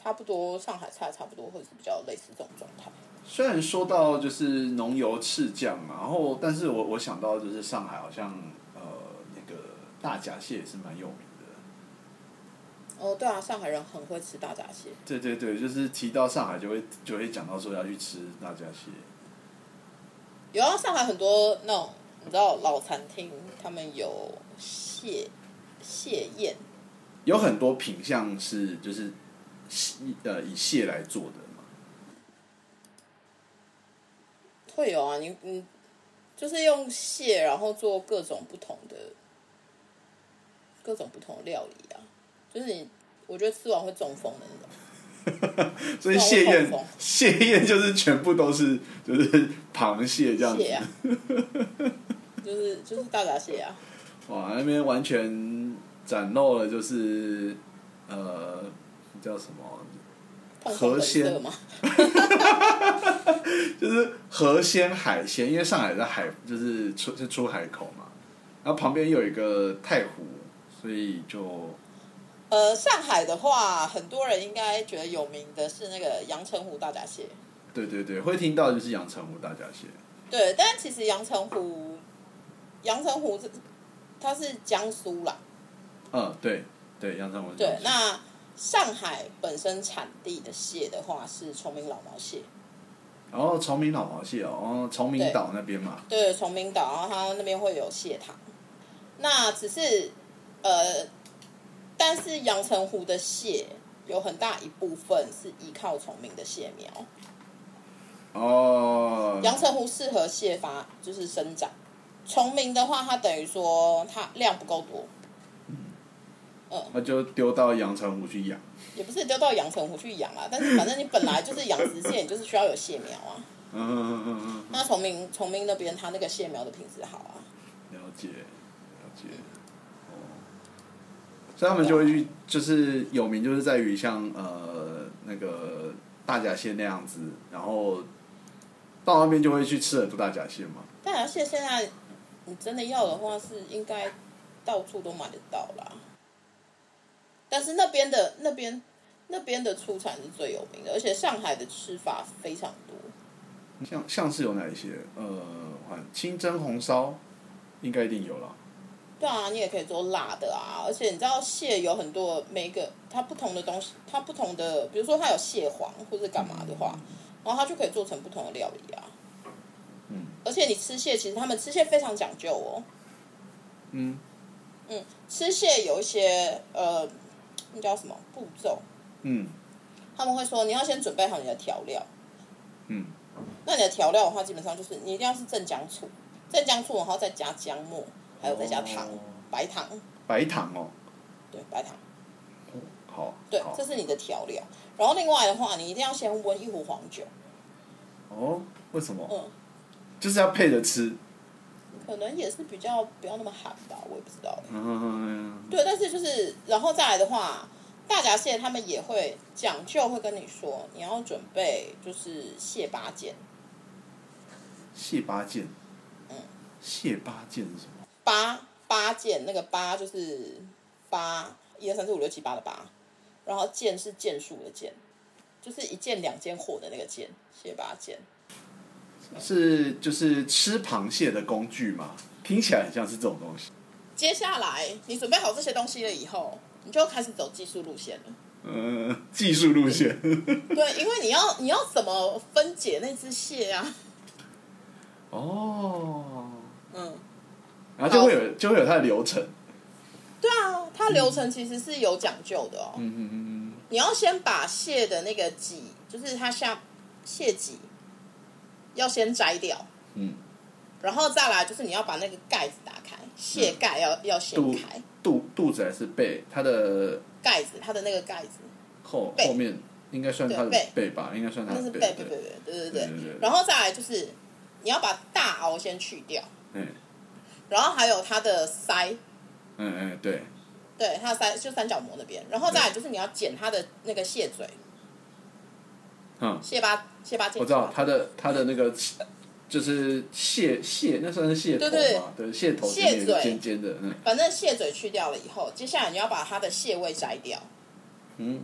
C: 差不多上海菜差不多会是比较类似这种状态。
B: 虽然说到就是浓油赤酱嘛，然后但是我我想到就是上海好像呃那个大闸蟹也是蛮有名的。
C: 哦，对啊，上海人很会吃大闸蟹。
B: 对对对，就是提到上海就会就会讲到说要去吃大闸蟹。
C: 有啊，上海很多那种你知道老餐厅，他们有蟹蟹宴，
B: 有很多品相是就是蟹呃以蟹来做的嘛。
C: 会有啊，你你就是用蟹，然后做各种不同的各种不同的料理啊，就是你我觉得吃完会中风的那种。
B: 所以蟹宴
C: 啊那我懂
B: 蟹宴就是全部都是就是螃蟹这样子
C: 蟹，啊，就是就是大闸蟹啊，
B: 哇，那边完全展露了就是呃叫什么，
C: 碰碰
B: 河
C: 本
B: 鲜
C: 色嘛。
B: 就是河鲜海鲜，因为上海在海就是出是出海口嘛，然后旁边有一个太湖，所以就
C: 呃，上海的话，很多人应该觉得有名的是那个阳澄湖大闸蟹，
B: 对对对，会听到就是阳澄湖大闸蟹，
C: 对，但其实阳澄湖，阳澄湖是它是江苏啦，
B: 嗯，对对，阳澄湖大闸蟹
C: 对，那上海本身产地的蟹的话是崇明老毛蟹，
B: 然后崇明老毛蟹哦，哦崇明岛那边嘛，
C: 对，崇明岛，然后它那边会有蟹塘。那只是呃，但是阳澄湖的蟹有很大一部分是依靠崇明的蟹苗，
B: 哦，
C: 阳澄湖适合蟹发就是生长。崇明的话，它等于说它量不够多，
B: 那就丢到阳澄湖去养，
C: 也不是丢到阳澄湖去养啊，但是反正你本来就是养殖蟹，你就是需要有蟹苗啊。
B: 嗯嗯嗯嗯嗯，
C: 那崇明崇明那边它那个蟹苗的品质好啊，
B: 了解了解，哦，所以他们就会去，就是有名就是在于像呃那个大闸蟹那样子，然后到那边就会去吃很多大闸蟹嘛，
C: 大闸蟹现在你真的要的话，是应该到处都买得到啦。但是那边的那边那边的出产是最有名的，而且上海的吃法非常多。
B: 像像是有哪一些呃，我看清蒸红烧应该一定有了，
C: 对啊，你也可以做辣的啊，而且你知道蟹有很多每一个它不同的东西，它不同的，比如说它有蟹黄或者干嘛的话，然后它就可以做成不同的料理啊。
B: 嗯
C: 而且你吃蟹，其实他们吃蟹非常讲究哦。
B: 嗯
C: 嗯，吃蟹有一些呃，那叫什么步骤？
B: 嗯
C: 他们会说你要先准备好你的调料。
B: 嗯，
C: 那你的调料的话，基本上就是你一定要是正姜醋，正姜醋，然后再加姜末，还有再加糖，
B: 哦
C: 白糖，
B: 白糖哦，
C: 对，白糖，
B: 好，
C: 对
B: 好，
C: 这是你的调料。然后另外的话，你一定要先温一壶黄酒，
B: 哦，为什么？
C: 嗯，
B: 就是要配着吃。
C: 可能也是比较不要那么寒吧，我也不知道。
B: 嗯，
C: 对，但是就是，然后再来的话，大闸蟹他们也会讲究，会跟你说你要准备就是蟹八件，
B: 蟹八件。
C: 嗯
B: 蟹八件是什么？
C: 八八件，那个八就是八一二三四五六七八的八，然后件是件数的件，就是一件两件货的那个件，蟹八件。
B: 是就是吃螃蟹的工具嘛？听起来很像是这种东西。
C: 接下来你准备好这些东西了以后，你就开始走技术路线了。
B: 嗯，技术路线，
C: 对，因为你要你要怎么分解那只蟹啊？
B: 哦，
C: 嗯，
B: 然后就会有就会有它的流程，
C: 对啊，它流程其实是有讲究的哦。
B: 嗯嗯嗯
C: 你要先把蟹的那个脊，就是它下蟹脊，要先摘掉，
B: 嗯，
C: 然后再来就是你要把那个盖子打开，蟹盖要、要
B: 嗯
C: 先
B: 肚
C: 开，
B: 肚肚子还是背，它的
C: 盖子它的那个盖子，
B: 后
C: 背
B: 后面应该算它的
C: 对
B: 背吧，应该算它
C: 那是
B: 的
C: 背
B: 背，
C: 背背
B: 啊对，
C: 背，
B: 对
C: 对对对
B: 对对
C: 然后再来就是你要把大螯先去掉，
B: 嗯
C: 然后还有它的腮，
B: 嗯嗯，对，
C: 对，它的腮就三角膜那边，然后再来就是你要剪它的那个蟹嘴，
B: 嗯，
C: 蟹巴蟹巴剑，
B: 我知道它的它的那个就是蟹蟹，那算是蟹头
C: 对对
B: 嘛，对，蟹头前面有一个
C: 蟹嘴
B: 尖尖的，嗯
C: 反正蟹嘴去掉了以后，接下来你要把它的蟹胃摘掉。
B: 嗯，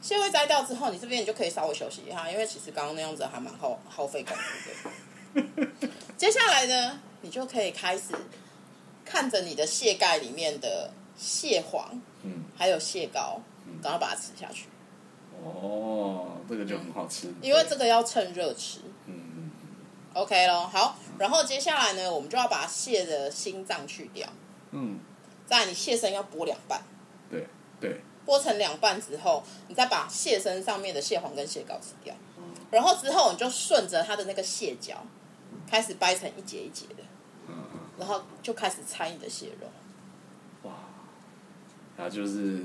C: 蟹胃摘掉之后，你这边你就可以稍微休息一下，因为其实刚刚那样子还蛮耗耗费功夫的。 接下来呢，你就可以开始看着你的蟹盖里面的蟹黄，
B: 嗯，
C: 还有蟹膏，赶快把它吃下去，
B: 哦，这个就很好吃，
C: 因为这个要趁热吃。
B: 嗯
C: OK 咯，好，然后接下来呢，我们就要把蟹的心脏去掉，
B: 嗯
C: 再来你蟹身要剥两半，
B: 对对，
C: 剥成两半之后，你再把蟹身上面的蟹黄跟蟹膏吃掉，然后之后你就顺着它的那个蟹脚开始掰成一节一节的，
B: 嗯嗯。
C: 然后就开始拆你的蟹肉。
B: 哇，然后就是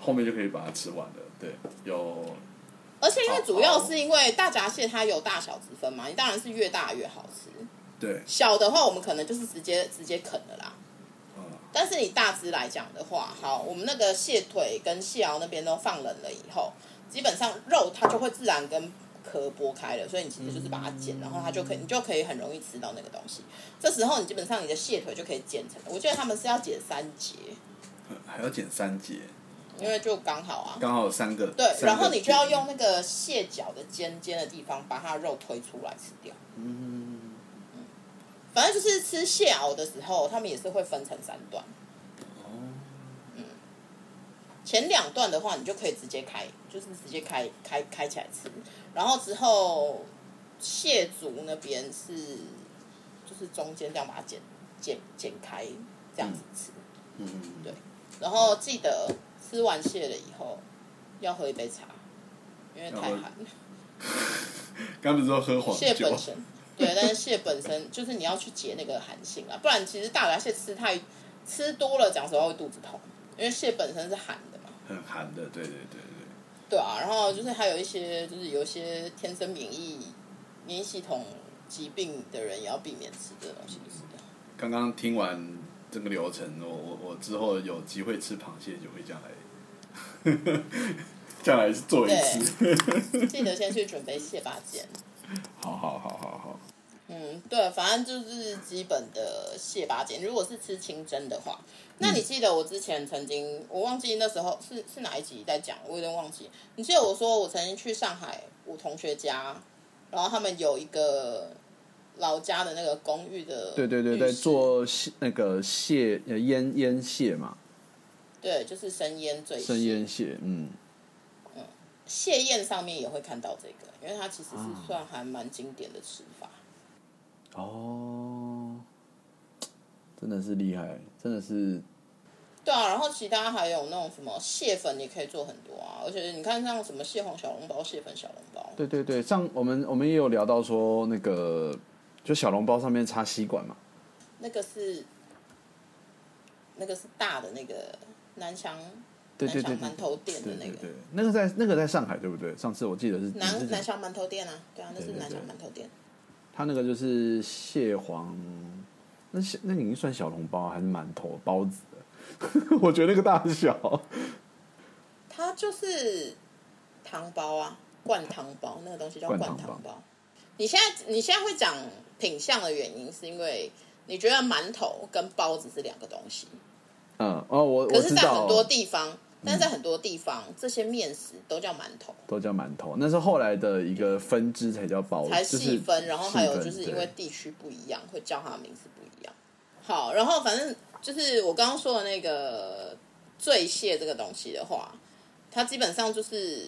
B: 后面就可以把它吃完了。对，有
C: 而且因为
B: 好哦
C: 主要是因为大闸蟹它有大小之分嘛，你当然是越大越好吃。
B: 对，
C: 小的话，我们可能就是直接直接啃了啦。
B: 嗯
C: 但是你大致来讲的话，好，我们那个蟹腿跟蟹螯那边都放冷了以后，基本上肉它就会自然跟壳剥开了，所以你其实就是把它剪，然后它就可以，
B: 嗯
C: 你就可以很容易吃到那个东西。这时候你基本上你的蟹腿就可以剪成，我记得他们是要剪三节，
B: 还要剪三节，
C: 因为就刚好啊。
B: 刚好有三个。
C: 对，
B: 三个
C: 然后你就要
B: 节
C: 用那个蟹脚的尖尖的地方把它肉推出来吃掉。
B: 嗯，
C: 反正就是吃蟹螯的时候，他们也是会分成三段。
B: 哦，
C: 前两段的话，你就可以直接开，就是直接开开开起来吃。然后之后蟹足那边是就是中间这样把它剪剪剪开，这样子吃。
B: 嗯，
C: 对然后记得吃完蟹了以后要喝一杯茶，因为太寒了。
B: 刚不是说喝黄
C: 蟹
B: 酒
C: 本？身，对，但是蟹本身就是你要去解那个寒性啦，不然其实大闸蟹吃太吃多了，讲实话会肚子痛，因为蟹本身是寒的嘛。
B: 很寒的，对对对对，
C: 对啊，然后就是还有一些就是有一些天生免疫免疫系统疾病的人也要避免吃这个东西，就是这样
B: 刚刚听完这个流程，我我我之后有机会吃螃蟹就会这样来。 这样来做一次，
C: 记得先去准备蟹八件。
B: 好好好好好，
C: 嗯，对，反正就是基本的蟹嗯八件。如果是吃清蒸的话，那你记得我之前曾经，我忘记那时候是是哪一集在讲，我有点忘记。你记得我说我曾经去上海我同学家，然后他们有一个老家的那个公寓的，
D: 对对对，在，做蟹那个蟹呃腌腌蟹嘛，
C: 对，就是生腌最
D: 生腌蟹，嗯，
C: 蟹宴上面也会看到这个，因为它其实是算还蛮经典的吃法。
D: 哦，真的是厉害，真的是
C: 对啊，然后其他还有那种什么蟹粉，也可以做很多啊。而且你看像什么蟹黄小笼包、蟹粉小笼包，
D: 对对对，上我们我们也有聊到说那个就小笼包上面插吸管嘛，
C: 那个是那个是大的那个南翔
D: 对对对
C: 南
D: 对
C: 翔馒头店的
D: 对
C: 那
D: 对
C: 个
D: 对，那个在那个在上海对不对？上次我记得是你是
C: 南
D: 讲
C: 南翔馒头店啊，对啊，那是
D: 对对
C: 南翔
D: 对
C: 馒头店。
D: 它那个就是蟹黄，那蟹那已经算小笼包还是馒头包子的？ 我觉得那个大小，
C: 它就是汤包啊，灌汤包，那个东西叫灌
D: 灌
C: 汤
D: 汤
C: 包。你现在你现在会讲品相的原因，是因为你觉得馒头跟包子是两个东西，
D: 嗯，哦，我
C: 可
D: 我
C: 是，
D: 知
C: 在很
D: 道
C: 多地方，但在很多地方，这些面食都叫馒头，
D: 都叫馒头，那是后来的一个分支才叫包子，
C: 才
D: 哦就是
C: 细分，然后还有就是
D: 细分
C: 因为
D: 对
C: 地区不一样，会叫它的名字不一样。好，然后反正就是我刚刚说的那个醉蟹这个东西的话，它基本上就是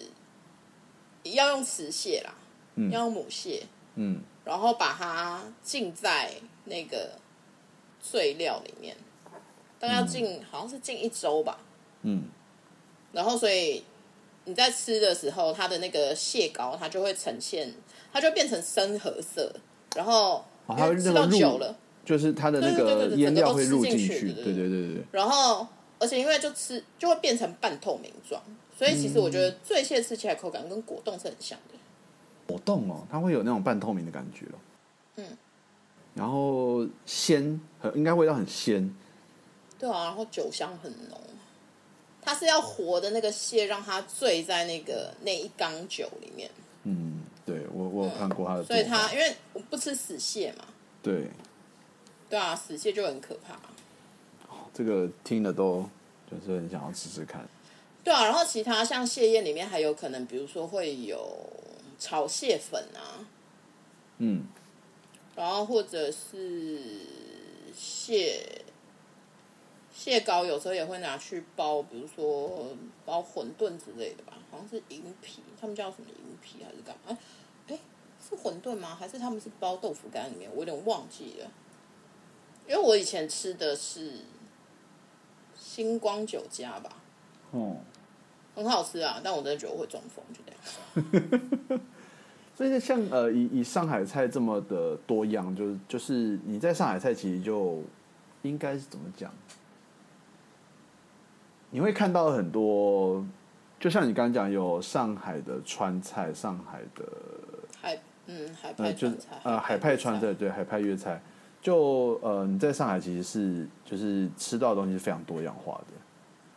C: 要用雌蟹啦，
B: 嗯
C: 要用母蟹，
B: 嗯，
C: 然后把它浸在那个碎料里面，
D: 嗯
C: 大概要浸、好像是浸一周吧。
B: 嗯，
C: 然后所以你在吃的时候，它的那个蟹膏它就会呈现，它就变成深褐色，然后
B: 哦
C: 因
B: 它
C: 为
B: 会
C: 吃
B: 那
C: 到
B: 个入
C: 久了，
B: 就是它的那
C: 对对对
B: 个
C: 对对
B: 腌料会入进
C: 整个都吃进去
B: 去，
C: 对
B: 对
C: 对
B: 对对对，
C: 然后而且因为就吃就会变成半透明状，所以其实我觉得醉蟹吃起来口感跟果冻是很像的。
B: 果冻哦，它会有那种半透明的感觉哦，
C: 嗯，
B: 然后鲜很应该味道很鲜，
C: 对啊，然后酒香很浓，它是要活的那个蟹让它醉在那个那一缸酒里面，
B: 嗯，对我我有看过它的做
C: 所
B: 法，
C: 以它因为我不吃死蟹嘛，
B: 对
C: 对啊，死蟹就很可怕。
B: 这个听了都就是很想要吃吃看，
C: 对啊，然后其他像蟹宴里面还有可能，比如说会有炒蟹粉啊，
B: 嗯，
C: 然后或者是蟹蟹膏，有时候也会拿去包，比如说包馄饨之类的吧，好像是银皮，他们叫什么银皮还是干嘛？哎，是馄饨吗？还是他们是包豆腐干里面？我有点忘记了，因为我以前吃的是星光酒家吧，
B: 哦，
C: 很好吃啊，但我真的觉得我会中风，就这样。
B: 所以像呃以以上海菜这么的多样，就是就是你在上海菜其实就应该是怎么讲，你会看到很多，就像你刚刚讲有上海的川菜，上海的
C: 海嗯海
B: 呃
C: 派
B: 就
C: 川菜，
B: 呃海派川菜，对海派粤菜，就呃你在上海其实是就是吃到的东西是非常多样化的，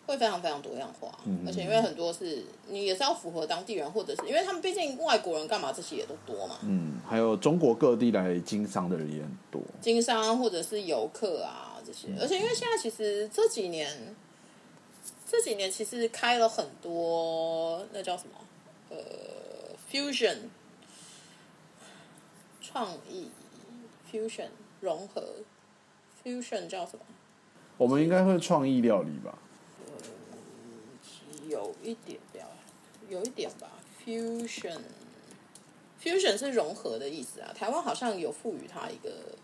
C: 会非常非常多样化，
B: 嗯
C: 而且因为很多是你也是要符合当地人，或者是因为他们毕竟外国人干嘛这些也都多嘛，
B: 嗯，还有中国各地来经商的人也很多，
C: 经商啊或者是游客啊这
B: 嗯
C: 些，而且因为现在其实这几年这几年其实开了很多那叫什么呃 fusion 创意 fusion 融合 fusion 叫什么？
B: 我们应该会创意料理吧。
C: 有一点了，有一点吧。Fusion，Fusion 是融合的意思啊。台湾好像有赋予它一个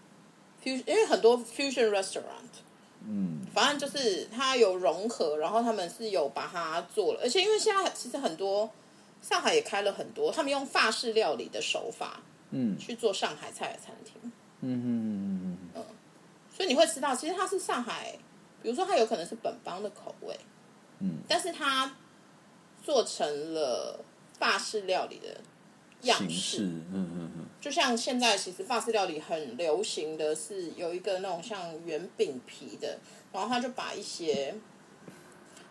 C: fusion，因为很多 fusion restaurant，
B: 嗯，
C: 反正就是它有融合，然后他们是有把它做了，而且因为现在其实很多上海也开了很多，他们用法式料理的手法
B: 嗯
C: 去做上海菜的餐厅，
B: 嗯嗯
C: 所以你会吃到，其实它是上海，比如说它有可能是本帮的口味，
B: 嗯，
C: 但是它做成了法式料理的样
B: 形式
C: 式，，
B: 嗯嗯嗯，
C: 就像现在其实法式料理很流行的是有一个那种像圆饼皮的，然后它就把一些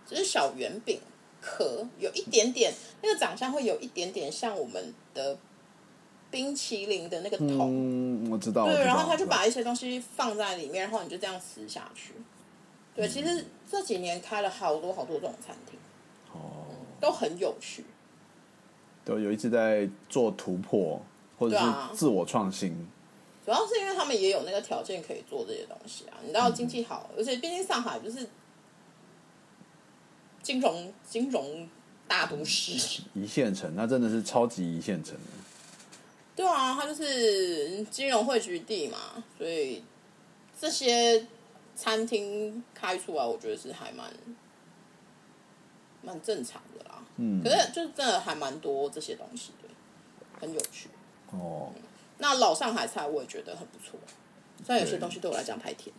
C: 只是小圆饼壳，有一点点那个长相会有一点点像我们的冰淇淋的那个头。
B: 嗯，我知道。我
C: 对，
B: 知
C: 然后
B: 道
C: 他就
B: 我知道
C: 把一些东西放在里面，然后你就这样吃下去。
B: 嗯
C: 对，其实这几年开了好多好多这种餐厅，
B: 哦，
C: 都很有趣。
B: 都有一直在做突破，或者
C: 对啊
B: 是自我创新。
C: 主要是因为他们也有那个条件可以做这些东西啊，你
B: 嗯
C: 知道经济好，而且毕竟上海就是金融金融大都市，
B: 一线城，那真的是超级一线城的
C: 对啊，它就是嗯金融汇聚地嘛，所以这些餐厅开出来，我觉得是还蛮蛮正常的啦。
B: 嗯
C: 可是就是真的还蛮多这些东西的，很有趣。
B: 哦，
C: 那老上海菜我也觉得很不错，虽然有些东西对我来讲太甜。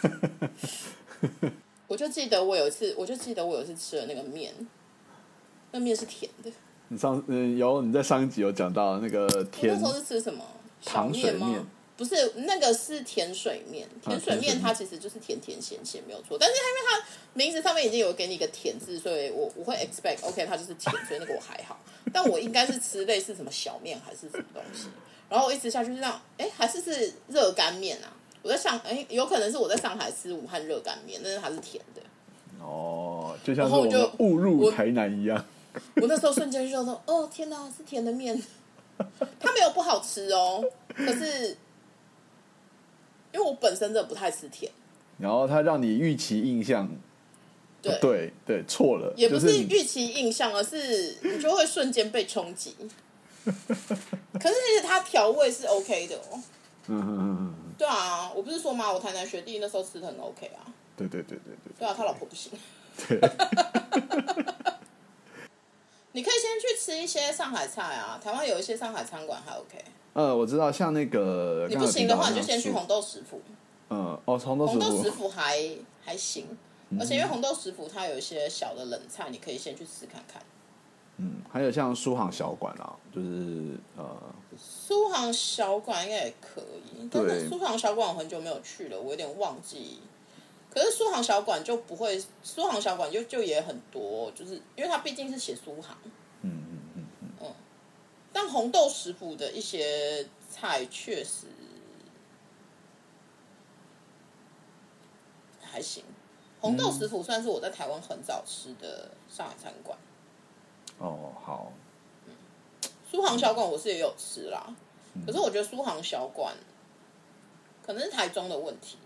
C: 我就记得我有一次，我就记得我有一次吃了那个面，那面是甜的。
B: 你上嗯有你在上一集有讲到那个
C: 我那
B: 天
C: 时候是吃什么？小
B: 糖水
C: 面吗
B: 面？啊
C: 不是，那个是甜水面。甜水
B: 甜水
C: 面
B: 面
C: 它其实就是甜甜咸咸，没有错。但是它因为它名字上面已经有给你一个甜字，所以我我会 expect OK 它就是甜，所以那个我还好。但我应该是吃类似什么小面还是什么东西，然后我一吃下去就这样，哎、还是是热干面啊。我在上，哎、有可能是我在上海吃武汉热干面，但是它是甜的。
B: 哦，就像是
C: 然后
B: 我
C: 我就
B: 们误入
C: 我
B: 台南一样。
C: 我那时候瞬间就想说，哦天哪，是甜的面，它没有不好吃哦，可是因为我本身真的不太吃甜，
B: 然后他让你预期印象哦
C: 对
B: 对对，错了，
C: 也不
B: 就是你
C: 预期印象，而是你就会瞬间被 冲击。可是其实它调味是 OK 的哦。
B: 嗯嗯嗯嗯嗯，
C: 对啊，我不是说嘛，我台南学弟那时候吃的很 OK 啊。
B: 对对对对对
C: 对啊，他老婆不行。 你可以先去吃一些上海菜啊，台湾有一些上海餐馆还 OK。
B: 呃，我知道，像那个
C: 你不行的话，你就先去。
B: 刚刚有提到那
C: 红豆食府。
B: 个呃，哦，红豆
C: 红豆
B: 食
C: 食
B: 府，
C: 府还还行，而且因为红豆食府它有一些小的冷菜，你可以先去吃看看。
B: 嗯，还有像苏杭小馆啊，就是呃，
C: 苏杭小馆应该也可以，但
B: 对
C: 是苏杭小馆我很久没有去了，我有点忘记。可是苏杭小馆就不会，苏杭小馆就就也很多，就是因为它毕竟是写苏杭，
B: 嗯嗯嗯，
C: 但红豆食府的一些菜确实还行。红豆食府算是我在台湾很早吃的上海餐馆，
B: 哦，好，
C: 苏杭小馆我是也有吃啦，可是我觉得苏杭小馆可能是台中的问题。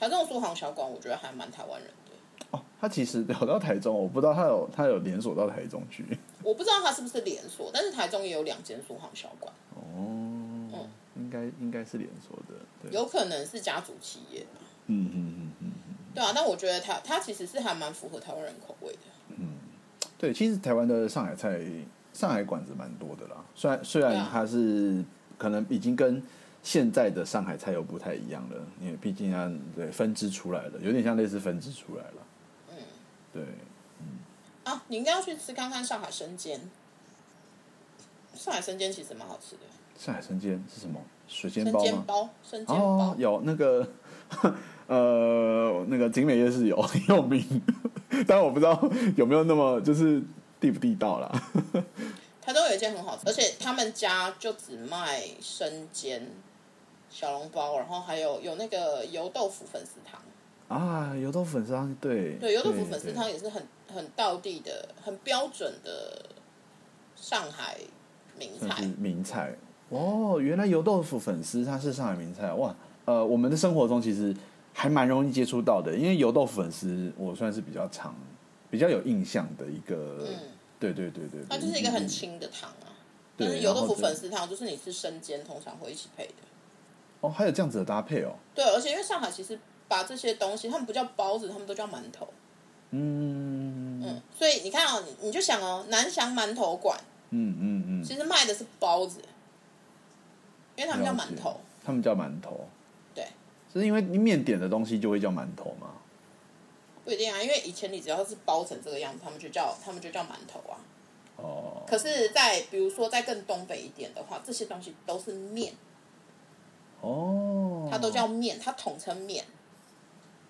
C: 台中的苏杭小馆，我觉得还蛮台湾人的。
B: 哦，他其实有到台中，我不知道他有他有连锁到台中去。
C: 我不知道它是不是连锁，但是台中也有两间苏杭小馆，
B: 哦，应该应该是连锁的，对，
C: 嗯有可能是家族企业吧。
B: 嗯嗯嗯嗯，
C: 对啊，但我觉得它它其实是还蛮符合台湾人口味的。
B: 对，其实台湾的上海菜、上海馆子蛮多的啦，虽然虽
C: 啊
B: 然它是可能已经跟现在的上海菜又不太一样了，因为毕竟它对分支出来了，有点像类似分支出来了，嗯，对。
C: 啊，你应该要去吃看看上海生煎。上海生煎其实蛮好吃的，
B: 上海生煎是什么？水煎
C: 生
B: 包
C: 煎
B: 吗？
C: 包，生煎包
B: 哦，，有那个 呃，那个景美夜市有很有名， 但我不知道有没有那么就是地不地道啦。
C: 台中有一间很好吃，而且他们家就只卖生煎、小笼包，然后还有有那个油豆腐粉丝汤。
B: 啊，油豆粉丝汤，对
C: 对，油豆腐粉丝汤
B: 嗯对
C: 也是很很道地的、很标准的上海名
B: 那
C: 菜
B: 是。名菜哦。原来油豆腐粉丝它是上海名菜哇。呃，我们的生活中其实还蛮容易接触到的，因为油豆腐粉丝我算是比较常、比较有印象的一个，
C: 嗯，
B: 对对对对对，
C: 它就是一个很
B: 嗯
C: 轻的汤啊。
B: 对
C: 但是油豆
B: 然后就
C: 腐粉丝汤就是你吃生煎通常会一起配的。
B: 哦，还有这样子的搭配哦，
C: 对，而且因为上海其实把这些东西，他们不叫包子，他们都叫馒头。
B: 嗯
C: 嗯，所以你看哦，你你就想哦，南翔馒头馆
B: 嗯嗯嗯，
C: 其实卖的是包子，因为他们叫
B: 了
C: 馒
B: 解
C: 头。
B: 他们叫馒头，
C: 对，
B: 是因为面点的东西就会叫馒头嘛。
C: 不一定啊，因为以前你只要是包成这个样子，他们就叫他们就叫馒头啊。
B: 哦，
C: 可是在，比如说在更东北一点的话，这些东西都是面，
B: 哦，
C: 它都叫面，它统称面。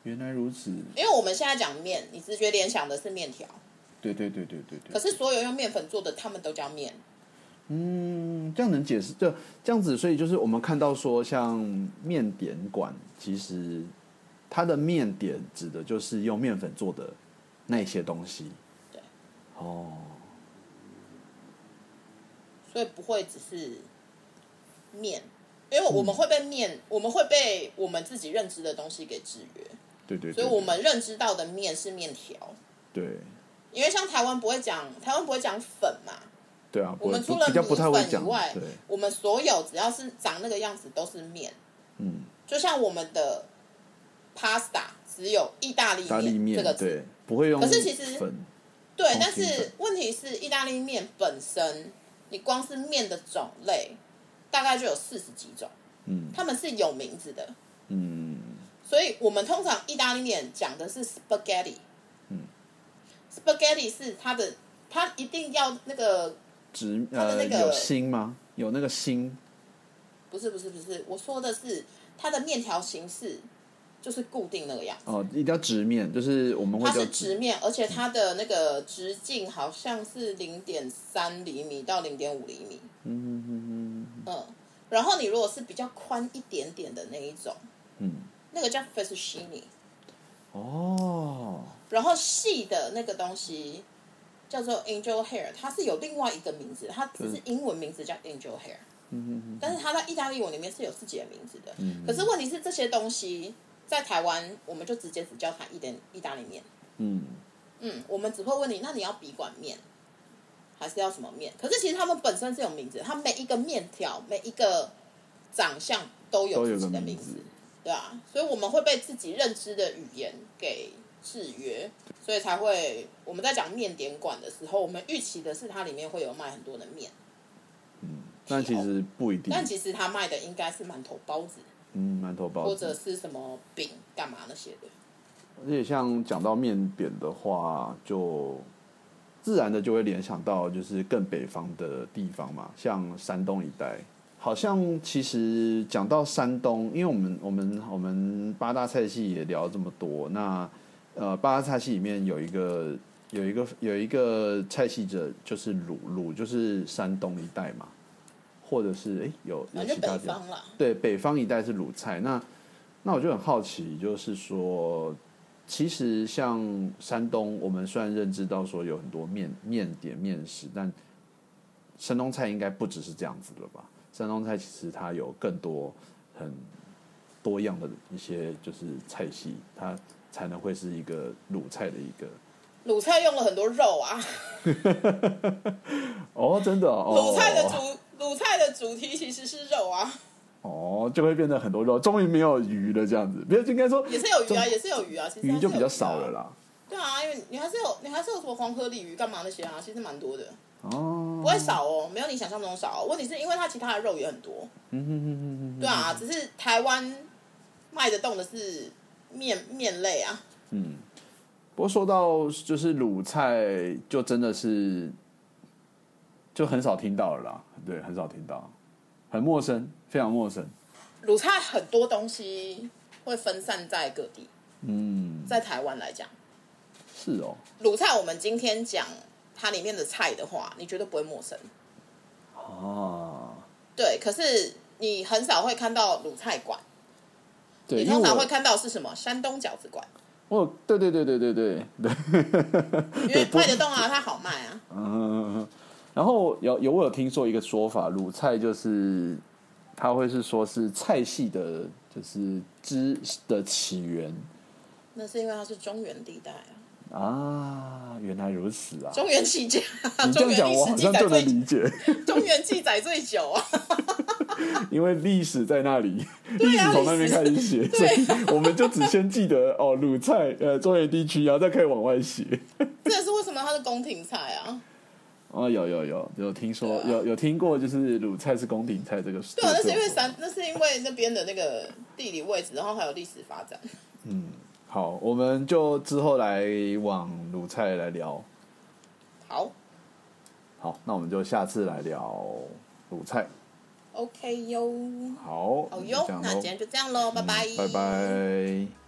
B: 原来如此，
C: 因为我们现在讲面，你直觉联想的是面条，
B: 对对对对对对。
C: 可是所有用面粉做的，他们都叫面。
B: 嗯，这样能解释，就这样子，所以就是我们看到说，像面点馆，其实它的面点指的就是用面粉做的那些东西。
C: 对。
B: 哦，
C: 所以不会只是面，因为我们会被面，我们会被我们自己认知的东西给制约，
B: 对对
C: 所
B: 对。
C: 以我们认知到的面是面条，
B: 对
C: 因为像台湾不会讲，台湾不会讲粉嘛，
B: 对啊，
C: 我们
B: 不
C: 除
B: 会
C: 了
B: 比较不太会
C: 米粉
B: 讲
C: 以外
B: 对，，
C: 我们所有只要是长那个样子都是面，
B: 嗯，
C: 就像我们的 pasta 只有意大利
B: 意大利面
C: 这个词，
B: 对，不会用
C: 可是其实
B: 粉
C: 对
B: 空，
C: 但
B: 心
C: 是
B: 粉
C: 问题是意大利面本身，你光是面的种类大概就有四十几种，
B: 嗯
C: 他们是有名字的。
B: 嗯
C: 所以我们通常意大利面讲的是 spaghetti，
B: 嗯
C: ，spaghetti 是它的，它一定要那个
B: 直
C: 它的
B: 呃
C: 那个
B: 有心吗？有那个心
C: 不是不是不是，我说的是它的面条形式就是固定那个样子，
B: 哦，一定要直面，就是我们嗯会
C: 它
B: 叫
C: 是直面，而且它的那个直径好像是零点三厘米到零点五厘米，
B: 嗯嗯嗯
C: 嗯，然后你如果是比较宽一点点的那一种，
B: 嗯，
C: 那个叫 fettuccine，
B: 哦，
C: 然后细的那个东西叫做 angel hair，它是有另外一个名字，它只是英文名字叫 angel hair，
B: 嗯嗯
C: 但是它在意大利文里面是有自己的名字的。
B: 嗯
C: 可是问题是这些东西在台湾，我们就直接只叫它意点意大利面，
B: 嗯
C: 嗯，我们只会问你，那你要笔管面还是要什么面？可是其实他们本身是有名字，它每一个面条、每一个长相都有
B: 都有
C: 自
B: 个
C: 己的
B: 名
C: 字
B: 字，，
C: 对啊，所以我们会被自己认知的语言给制约，所以才会我们在讲面点馆的时候，我们预期的是它里面会有卖很多的面，
B: 但其实不一定。
C: 但其实它卖的应该是馒头、包子
B: 嗯，馒头包
C: 或
B: 子
C: 者是什么饼、干嘛那些的。
B: 而且像讲到面点的话，就自然的就会联想到就是更北方的地方嘛，像山东一带。好像其实讲到山东，因为我们我们我们八大菜系也聊这么多，那呃八大菜系里面有一个有一个有一个菜系者就是鲁鲁，就是山东一带嘛，或者是诶有有
C: 反正
B: 其
C: 就
B: 他
C: 北
B: 地方
C: 方啦，
B: 对，北方一带是鲁菜。那那我就很好奇，就是说，其实像山东，我们虽然认知到说有很多面面点面食，但山东菜应该不只是这样子了吧？山东菜其实它有更多很多样的一些就是菜系，它才能会是一个鲁菜的一个。
C: 鲁菜用了很多肉啊，
B: 哦，真的哦，
C: 鲁菜的主鲁菜的主题其实是肉啊，
B: 哦，就会变得很多肉，终于没有鱼了这样子。不是应该说
C: 也是有鱼啊，
B: 中
C: 也是有鱼啊，其实还
B: 鱼
C: 是
B: 就
C: 有
B: 比较少
C: 啊
B: 了。啦。
C: 对啊，因为你还是有你还是有什么黄河鲤鱼干嘛那些啊，其实蛮多的，
B: 哦，
C: 不会少哦，没有你想象中少、哦。问题是因为它其他的肉也很多，
B: 嗯哼哼哼哼，
C: 对啊，只是台湾卖得动的是面面类啊，
B: 嗯。不过说到就是鲁菜，就真的是就很少听到了啦，对，很少听到，很陌生，非常陌生。
C: 鲁菜很多东西会分散在各地，
B: 嗯，
C: 在台湾来讲，
B: 是哦，
C: 鲁菜我们今天讲它里面的菜的话，你绝对不会陌生。
B: 啊，
C: 对，可是你很少会看到鲁菜馆，
B: 对，
C: 你
B: 因
C: 通
B: 为
C: 常会
B: 我
C: 看到是什么山东饺子馆，
B: 我对对对对对对 对，
C: 因为卖得动啊，它好卖啊。
B: 嗯，然后有有我有听说一个说法，鲁菜就是它会是说是菜系的，就是之的起源
C: 那是因为它是中原地带啊，
B: 啊，原来如此啊，
C: 中原起家，
B: 你这样
C: 中原
B: 讲，
C: 历
B: 我
C: 史
B: 好
C: 记
B: 像
C: 载
B: 就能
C: 最，
B: 理解，
C: 中原记载最久啊。
B: 因为历史在那里，历史从那边开始写，所
C: 啊
B: 以我们就只先记得哦，鲁菜呃中原地区，然后再可以往外写。
C: 这也是为什么它是宫廷菜啊。
B: 哦，有有有有听说，
C: 对啊
B: 有有听过，就是鲁菜是宫廷菜这个。
C: 对啊，那是因为
B: 啥？
C: 山，那是因为那边的那个地理位置，然后还有历史发展。
B: 好，我们就之后来往鲁菜来聊。
C: 好
B: 好，那我们就下次来聊鲁菜。
C: ，OK 哟，
B: 好，
C: 好
B: 就
C: 哟
B: 这样，
C: 那
B: 咯嗯
C: 今天就这样喽，拜拜，
B: 嗯拜拜。